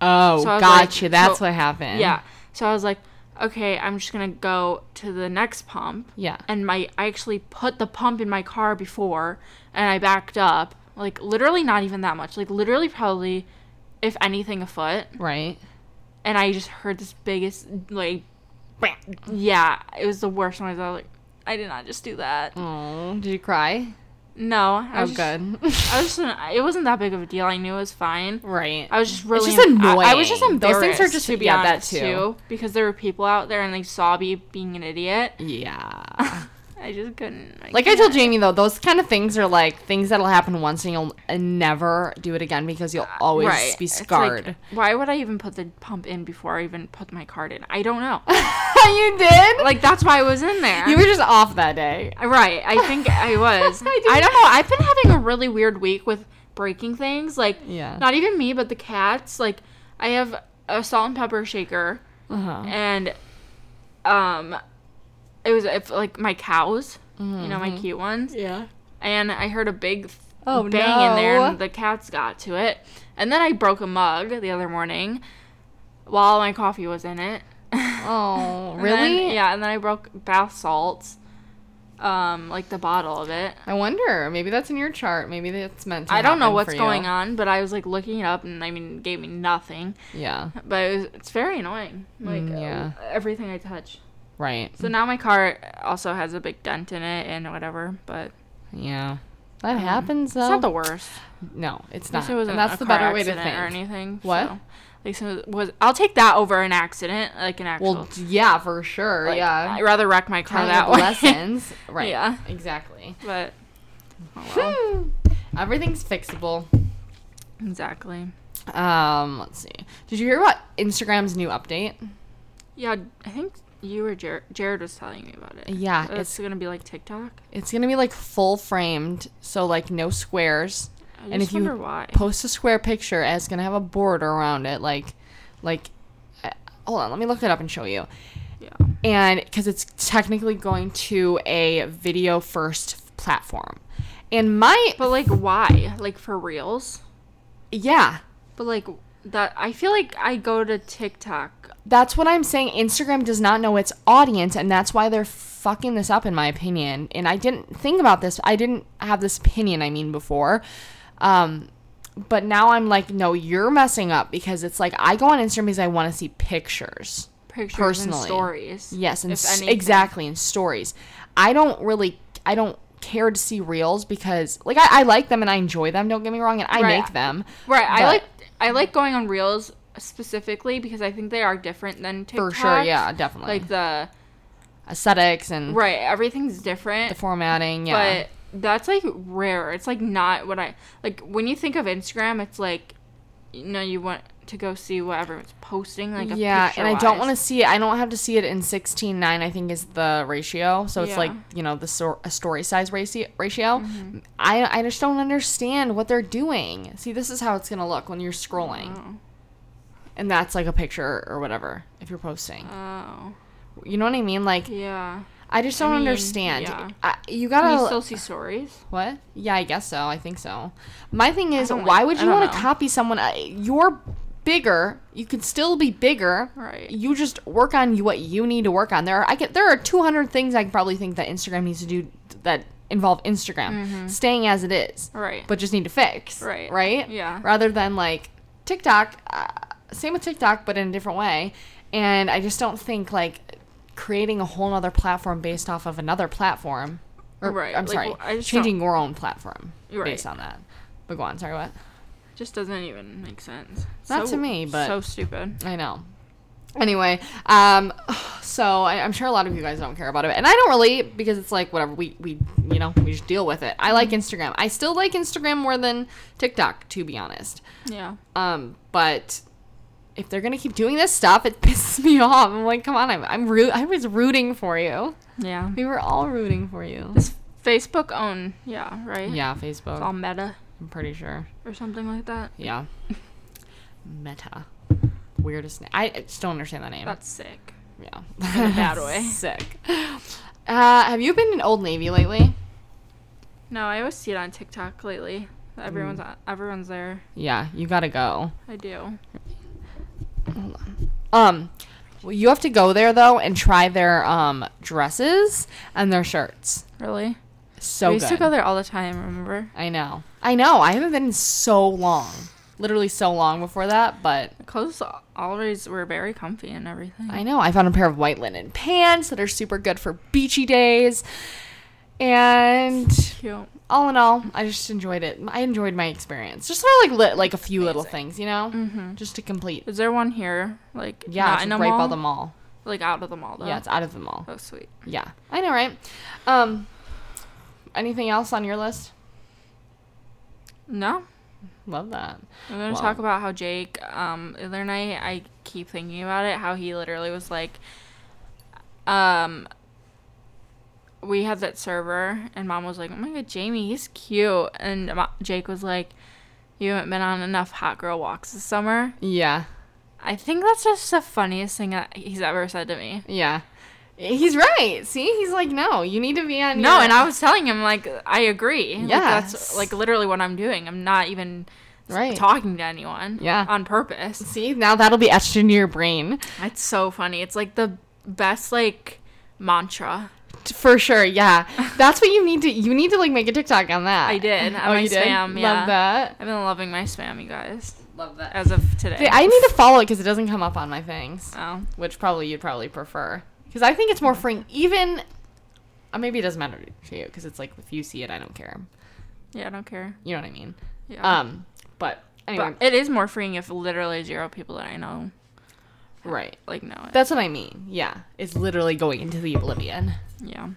Speaker 1: Oh,
Speaker 2: So I was like-
Speaker 1: gotcha. That's
Speaker 2: so-
Speaker 1: what happened.
Speaker 2: Yeah. So I was like, okay, I'm just gonna go to the next pump.
Speaker 1: Yeah.
Speaker 2: And my I actually put the pump in my car before and I backed up. Like literally not even that much. Like literally probably if anything a foot.
Speaker 1: [laughs] Right.
Speaker 2: And I just heard this biggest like yeah, it was the worst noise. I was like, I did not just do that.
Speaker 1: Oh, did you cry?
Speaker 2: No. I
Speaker 1: Oh,
Speaker 2: was just-
Speaker 1: good.
Speaker 2: I was just, it wasn't that big of a deal. I knew it was fine.
Speaker 1: [laughs] right.
Speaker 2: I was just really
Speaker 1: just
Speaker 2: I, I was just
Speaker 1: annoying.
Speaker 2: embarrassed.
Speaker 1: Those things are just-
Speaker 2: to be
Speaker 1: yeah, that
Speaker 2: honest,
Speaker 1: too.
Speaker 2: because there were people out there and they saw me being an idiot. [laughs]
Speaker 1: yeah.
Speaker 2: I just couldn't.
Speaker 1: Like I told Jamie though, those kind of things are like things that'll happen once and you'll uh, never do it again because you'll always be
Speaker 2: Uh, It's like,
Speaker 1: scarred.
Speaker 2: [laughs]
Speaker 1: [laughs]
Speaker 2: why would I even put the pump in before I even put my card in? I don't know. [laughs]
Speaker 1: you did?
Speaker 2: like that's why I was in there.
Speaker 1: You were just off that day.
Speaker 2: right. I
Speaker 1: [laughs]
Speaker 2: think I was.
Speaker 1: I
Speaker 2: I,
Speaker 1: didn't-
Speaker 2: don't know. I've been having a really weird week with breaking things. Like
Speaker 1: Yeah.
Speaker 2: not even me, but the cats. Like I have a salt and pepper shaker.
Speaker 1: Uh-huh.
Speaker 2: and um it was if, like my cows you
Speaker 1: Mm-hmm.
Speaker 2: know my cute ones
Speaker 1: Yeah.
Speaker 2: and i heard a big th-
Speaker 1: Oh,
Speaker 2: bang in there
Speaker 1: no.
Speaker 2: and the cats got to it and then i broke a mug the other morning while my coffee was in it
Speaker 1: Oh,
Speaker 2: [laughs] And then-
Speaker 1: really?
Speaker 2: yeah and then i broke bath salts um like the bottle of it
Speaker 1: I wonder. Maybe that's in your chart. Maybe that's meant to
Speaker 2: i don't know
Speaker 1: happen
Speaker 2: what's
Speaker 1: for
Speaker 2: going
Speaker 1: you.
Speaker 2: on but i was like looking it up and i mean it gave me nothing
Speaker 1: Yeah.
Speaker 2: but it was, it's very annoying like
Speaker 1: Mm, yeah. Mm.
Speaker 2: uh, everything i touch
Speaker 1: Right.
Speaker 2: So now my car also has a big dent in it and whatever, but
Speaker 1: Yeah. That happens though.
Speaker 2: it's not the worst.
Speaker 1: no, it's
Speaker 2: At least
Speaker 1: not.
Speaker 2: it
Speaker 1: and
Speaker 2: wasn't
Speaker 1: that's
Speaker 2: a
Speaker 1: the
Speaker 2: car
Speaker 1: better way to
Speaker 2: accident or
Speaker 1: think.
Speaker 2: anything.
Speaker 1: What?
Speaker 2: so. Like so it was I'll take that over an accident, like an actual.
Speaker 1: Well, d- yeah, for sure.
Speaker 2: like,
Speaker 1: yeah.
Speaker 2: I'd rather wreck my car
Speaker 1: Kind
Speaker 2: that
Speaker 1: of
Speaker 2: way.
Speaker 1: lessons. Right.
Speaker 2: Yeah.
Speaker 1: Exactly.
Speaker 2: [laughs] but oh
Speaker 1: [laughs]
Speaker 2: well,
Speaker 1: Hmm. Everything's fixable.
Speaker 2: exactly.
Speaker 1: Um, let's see. Did you hear about Instagram's new update?
Speaker 2: Yeah, I think you or Jared, Jared was telling me about it.
Speaker 1: Yeah,
Speaker 2: That it's gonna be like TikTok.
Speaker 1: It's gonna be like full framed, so like no squares.
Speaker 2: I
Speaker 1: and
Speaker 2: just
Speaker 1: if you
Speaker 2: wonder why.
Speaker 1: post a square picture, it's gonna have a border around it, like, like. uh, Hold on, let me look it up and show you.
Speaker 2: yeah,
Speaker 1: and because it's technically going to a video first platform and my
Speaker 2: but like why? Like for reals?
Speaker 1: yeah
Speaker 2: But like that, I feel like I go to TikTok
Speaker 1: that's what i'm saying instagram does not know its audience and that's why they're fucking this up in my opinion and i didn't think about this i didn't have this opinion i mean before um but now i'm like no you're messing up because it's like i go on instagram because i want to see pictures
Speaker 2: pictures and
Speaker 1: Personally.
Speaker 2: stories.
Speaker 1: Yes, and
Speaker 2: if
Speaker 1: s-
Speaker 2: anything.
Speaker 1: exactly, and stories. I don't really, I don't care to see reels because, like, I, I like them and I enjoy them. Don't get me wrong, and I
Speaker 2: Right.
Speaker 1: make them.
Speaker 2: Right. I
Speaker 1: but-
Speaker 2: like I like going on reels specifically because I think they are different than TikTok.
Speaker 1: for sure. Yeah, definitely.
Speaker 2: Like the
Speaker 1: aesthetics and
Speaker 2: right, everything's different.
Speaker 1: the formatting. Yeah,
Speaker 2: But that's like rare. It's like not what I like when you think of Instagram. It's like you know you want to go see what everyone's posting. Like a
Speaker 1: yeah, and I don't want
Speaker 2: picture-wise.
Speaker 1: to see it. I don't have to see it in sixteen nine. I think is the ratio. So it's
Speaker 2: Yeah. Mm-hmm.
Speaker 1: like you know the sor- a story size ratio. Ratio. I I just don't understand what they're doing. See, this is how it's gonna look when you're scrolling,
Speaker 2: Oh.
Speaker 1: and that's like a picture or whatever if you're posting.
Speaker 2: Oh
Speaker 1: You know what I mean? Like
Speaker 2: yeah.
Speaker 1: I just don't
Speaker 2: mean,
Speaker 1: understand.
Speaker 2: yeah.
Speaker 1: I, you
Speaker 2: Can you
Speaker 1: gotta
Speaker 2: still see stories?
Speaker 1: what? Yeah, I guess so. I think so. My thing is,
Speaker 2: I don't
Speaker 1: why
Speaker 2: like-
Speaker 1: would
Speaker 2: I
Speaker 1: you
Speaker 2: don't
Speaker 1: want to
Speaker 2: know.
Speaker 1: copy someone? Uh, You're bigger. You could still be bigger.
Speaker 2: Right.
Speaker 1: You just work on you- what you need to work on. There, are, I get there are 200 things I can probably think that Instagram needs to do that involve Instagram staying as it is,
Speaker 2: Mm-hmm. Right.
Speaker 1: but just need to fix.
Speaker 2: Right.
Speaker 1: Right.
Speaker 2: Yeah.
Speaker 1: Rather than like TikTok, uh, same with TikTok, but in a different way. And I just don't think like creating a whole other platform based off of another platform. Or,
Speaker 2: Right,
Speaker 1: I'm
Speaker 2: like,
Speaker 1: sorry.
Speaker 2: well, I just
Speaker 1: changing your own platform
Speaker 2: You're
Speaker 1: based
Speaker 2: right.
Speaker 1: on that. But go on. Sorry, what?
Speaker 2: Just doesn't even make sense.
Speaker 1: Not to me, but-
Speaker 2: so stupid.
Speaker 1: I know. Anyway, um, [sighs] so I, I'm sure a lot of you guys don't care about it, and I don't really because it's like whatever we we you know we just deal with it. I like Instagram. I still like Instagram more than TikTok, to be honest.
Speaker 2: Yeah.
Speaker 1: Um, but if they're gonna keep doing this stuff, it [laughs] pisses me off. I'm like, come on, I'm I'm root. I was rooting for you.
Speaker 2: Yeah.
Speaker 1: We were all rooting for you.
Speaker 2: It's Facebook own. Yeah. Right.
Speaker 1: Yeah,
Speaker 2: It's
Speaker 1: Facebook.
Speaker 2: all Meta
Speaker 1: I'm pretty sure.
Speaker 2: or something like that. [laughs]
Speaker 1: Yeah. Meta. Weirdest name. I I just don't understand that name.
Speaker 2: That's sick.
Speaker 1: yeah.
Speaker 2: in a bad
Speaker 1: [laughs]
Speaker 2: way.
Speaker 1: Sick. Uh, have you been in Old Navy lately?
Speaker 2: No, I always see it on
Speaker 1: Mm.
Speaker 2: TikTok lately. Everyone's on, everyone's there.
Speaker 1: Yeah, you gotta go.
Speaker 2: I do.
Speaker 1: Um, well, you have to go there though and try their um dresses and their shirts.
Speaker 2: Really?
Speaker 1: So
Speaker 2: we used
Speaker 1: good.
Speaker 2: to go there all the time. Remember?
Speaker 1: I know. I know. I haven't been in so long. Literally so long before that, but
Speaker 2: The clothes always were very comfy and everything.
Speaker 1: I know. I found a pair of white linen pants that are super good for beachy days. And
Speaker 2: Cute.
Speaker 1: all in all, I just enjoyed it. I enjoyed my experience. Just sort of like lit, like a few little things, you know, mm-hmm. just to complete.
Speaker 2: Mm. Is there one here? Like
Speaker 1: Yeah,
Speaker 2: not
Speaker 1: it's
Speaker 2: in a
Speaker 1: right
Speaker 2: mall?
Speaker 1: by the mall.
Speaker 2: Like out of the mall though.
Speaker 1: Yeah, it's out of the mall.
Speaker 2: oh sweet.
Speaker 1: Yeah, I know, right? Um, anything else on your list?
Speaker 2: No.
Speaker 1: Love that.
Speaker 2: I'm gonna
Speaker 1: Wow.
Speaker 2: talk about how Jake, um, the other night I keep thinking about it, how he literally was like, um, we had that server, and mom was like, "Oh my god, Jamie, he's cute," and Ma- Jake was like, "You haven't been on enough hot girl walks this summer."
Speaker 1: Yeah,
Speaker 2: I think that's just the funniest thing that he's ever said to me.
Speaker 1: yeah. He's right. See, he's like, no, you need to be on.
Speaker 2: No,
Speaker 1: your-
Speaker 2: and I was telling him like I agree. Yeah,
Speaker 1: Yes.
Speaker 2: that's like literally what I'm doing. I'm not even s-
Speaker 1: Right.
Speaker 2: talking to anyone.
Speaker 1: Yeah.
Speaker 2: on purpose.
Speaker 1: see now that'll be etched into your brain
Speaker 2: It's so funny. It's like the best like mantra.
Speaker 1: T- for sure.
Speaker 2: [laughs]
Speaker 1: Yeah, that's what you need to. You need to like make a TikTok on that.
Speaker 2: I did. On
Speaker 1: oh,
Speaker 2: my
Speaker 1: you did.
Speaker 2: spam. Yeah.
Speaker 1: Love that.
Speaker 2: I've been loving my spam, you guys,
Speaker 1: Love that.
Speaker 2: as of today.
Speaker 1: I need to follow it because it doesn't come up on my things,
Speaker 2: oh,
Speaker 1: which probably you'd probably prefer because I think it's more freeing. Even uh, maybe it doesn't matter to you because it's like if you see it, I don't care.
Speaker 2: yeah, I don't care.
Speaker 1: You know what I mean?
Speaker 2: Yeah.
Speaker 1: Um, but anyway,
Speaker 2: but it is more freeing if literally zero people that I know
Speaker 1: right.
Speaker 2: like know it.
Speaker 1: That's what I mean. Yeah, it's literally going into the oblivion.
Speaker 2: yeah.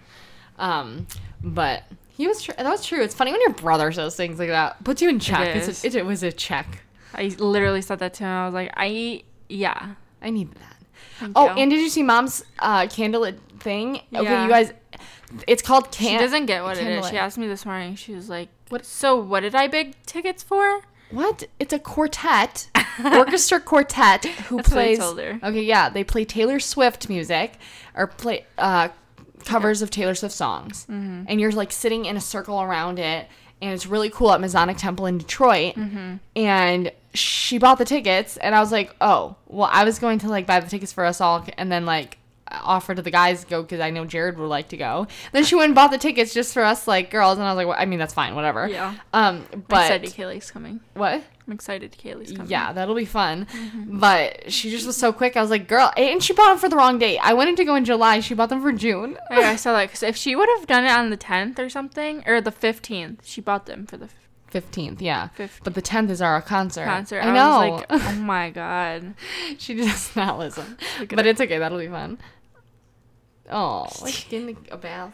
Speaker 1: Um, but he was tr- that was true. It's funny when your brother says things like that, puts you in check. It's a-
Speaker 2: is.
Speaker 1: It, it was a check.
Speaker 2: I literally said that to him. I was like, I yeah.
Speaker 1: I need that. oh,
Speaker 2: you.
Speaker 1: and did you see mom's uh, candlelit thing? Okay,
Speaker 2: Yeah.
Speaker 1: you guys, it's called can.
Speaker 2: She doesn't get what it is.
Speaker 1: candlelight.
Speaker 2: She asked me this morning. She was like, "What? So what did I big tickets for?"
Speaker 1: What? It's a quartet,
Speaker 2: [laughs]
Speaker 1: orchestra quartet who
Speaker 2: That's what I
Speaker 1: plays.
Speaker 2: told her.
Speaker 1: Okay, yeah, they play Taylor Swift music or play uh, covers of Taylor Swift songs,
Speaker 2: Mm-hmm.
Speaker 1: and you're like sitting in a circle around it, and it's really cool at Masonic Temple in Detroit.
Speaker 2: Mm-hmm.
Speaker 1: And she bought the tickets, and I was like, oh, well, I was going to like buy the tickets for us all, and then like offer to the guys to go because I know Jared would like to go. Then she went and bought the tickets just for us like girls, and I was like, well, I mean, that's fine, whatever.
Speaker 2: Yeah.
Speaker 1: Um,
Speaker 2: I'm
Speaker 1: but
Speaker 2: excited Kaylee's coming.
Speaker 1: what?
Speaker 2: I'm excited Kaylee's coming. Mm-hmm.
Speaker 1: Yeah, that'll be fun. But she just was so quick. I was like, girl, and she bought them for the wrong date. I wanted to go in July. She bought them for
Speaker 2: [laughs]
Speaker 1: June.
Speaker 2: I, Oh, I saw that because if she would have done it on the 10th or something or the 15th, she bought them for the f-
Speaker 1: [laughs] Fifteenth, yeah.
Speaker 2: 15th.
Speaker 1: But the tenth is our concert.
Speaker 2: concert.
Speaker 1: I know.
Speaker 2: I was
Speaker 1: [laughs]
Speaker 2: like, oh my god.
Speaker 1: she does not listen,
Speaker 2: [laughs] Look at
Speaker 1: but
Speaker 2: her.
Speaker 1: it's okay. That'll be fun.
Speaker 2: [laughs]
Speaker 1: Oh, like getting a bath.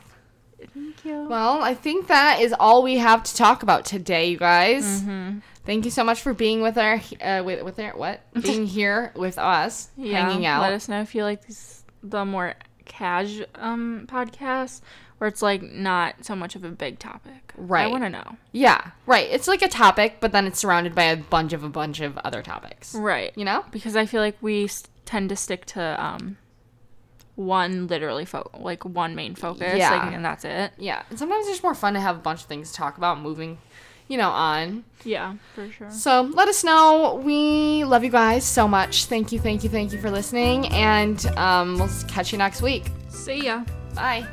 Speaker 2: Thank you.
Speaker 1: Well, I think that is all we have to talk about today, you guys.
Speaker 2: Mm-hmm.
Speaker 1: Thank you so much for being with our uh, with with our,
Speaker 2: [laughs]
Speaker 1: what being here with us,
Speaker 2: yeah,
Speaker 1: hanging out.
Speaker 2: Let us know if you like these the more cash um podcasts where it's like not so much of a big topic. I
Speaker 1: Right.
Speaker 2: want to know.
Speaker 1: Yeah, right. It's like a topic, but then it's surrounded by a bunch of a bunch of other topics.
Speaker 2: Right.
Speaker 1: You know?
Speaker 2: because I feel like we s- tend to stick to um one literally fo- like one main focus
Speaker 1: Yeah.
Speaker 2: like, and that's it.
Speaker 1: Yeah. And sometimes it's more fun to have a bunch of things to talk about moving, you know, on.
Speaker 2: Yeah, for sure.
Speaker 1: So let us know. We love you guys so much. Thank you, thank you, thank you for listening. And um, we'll catch you next week.
Speaker 2: See ya.
Speaker 1: Bye.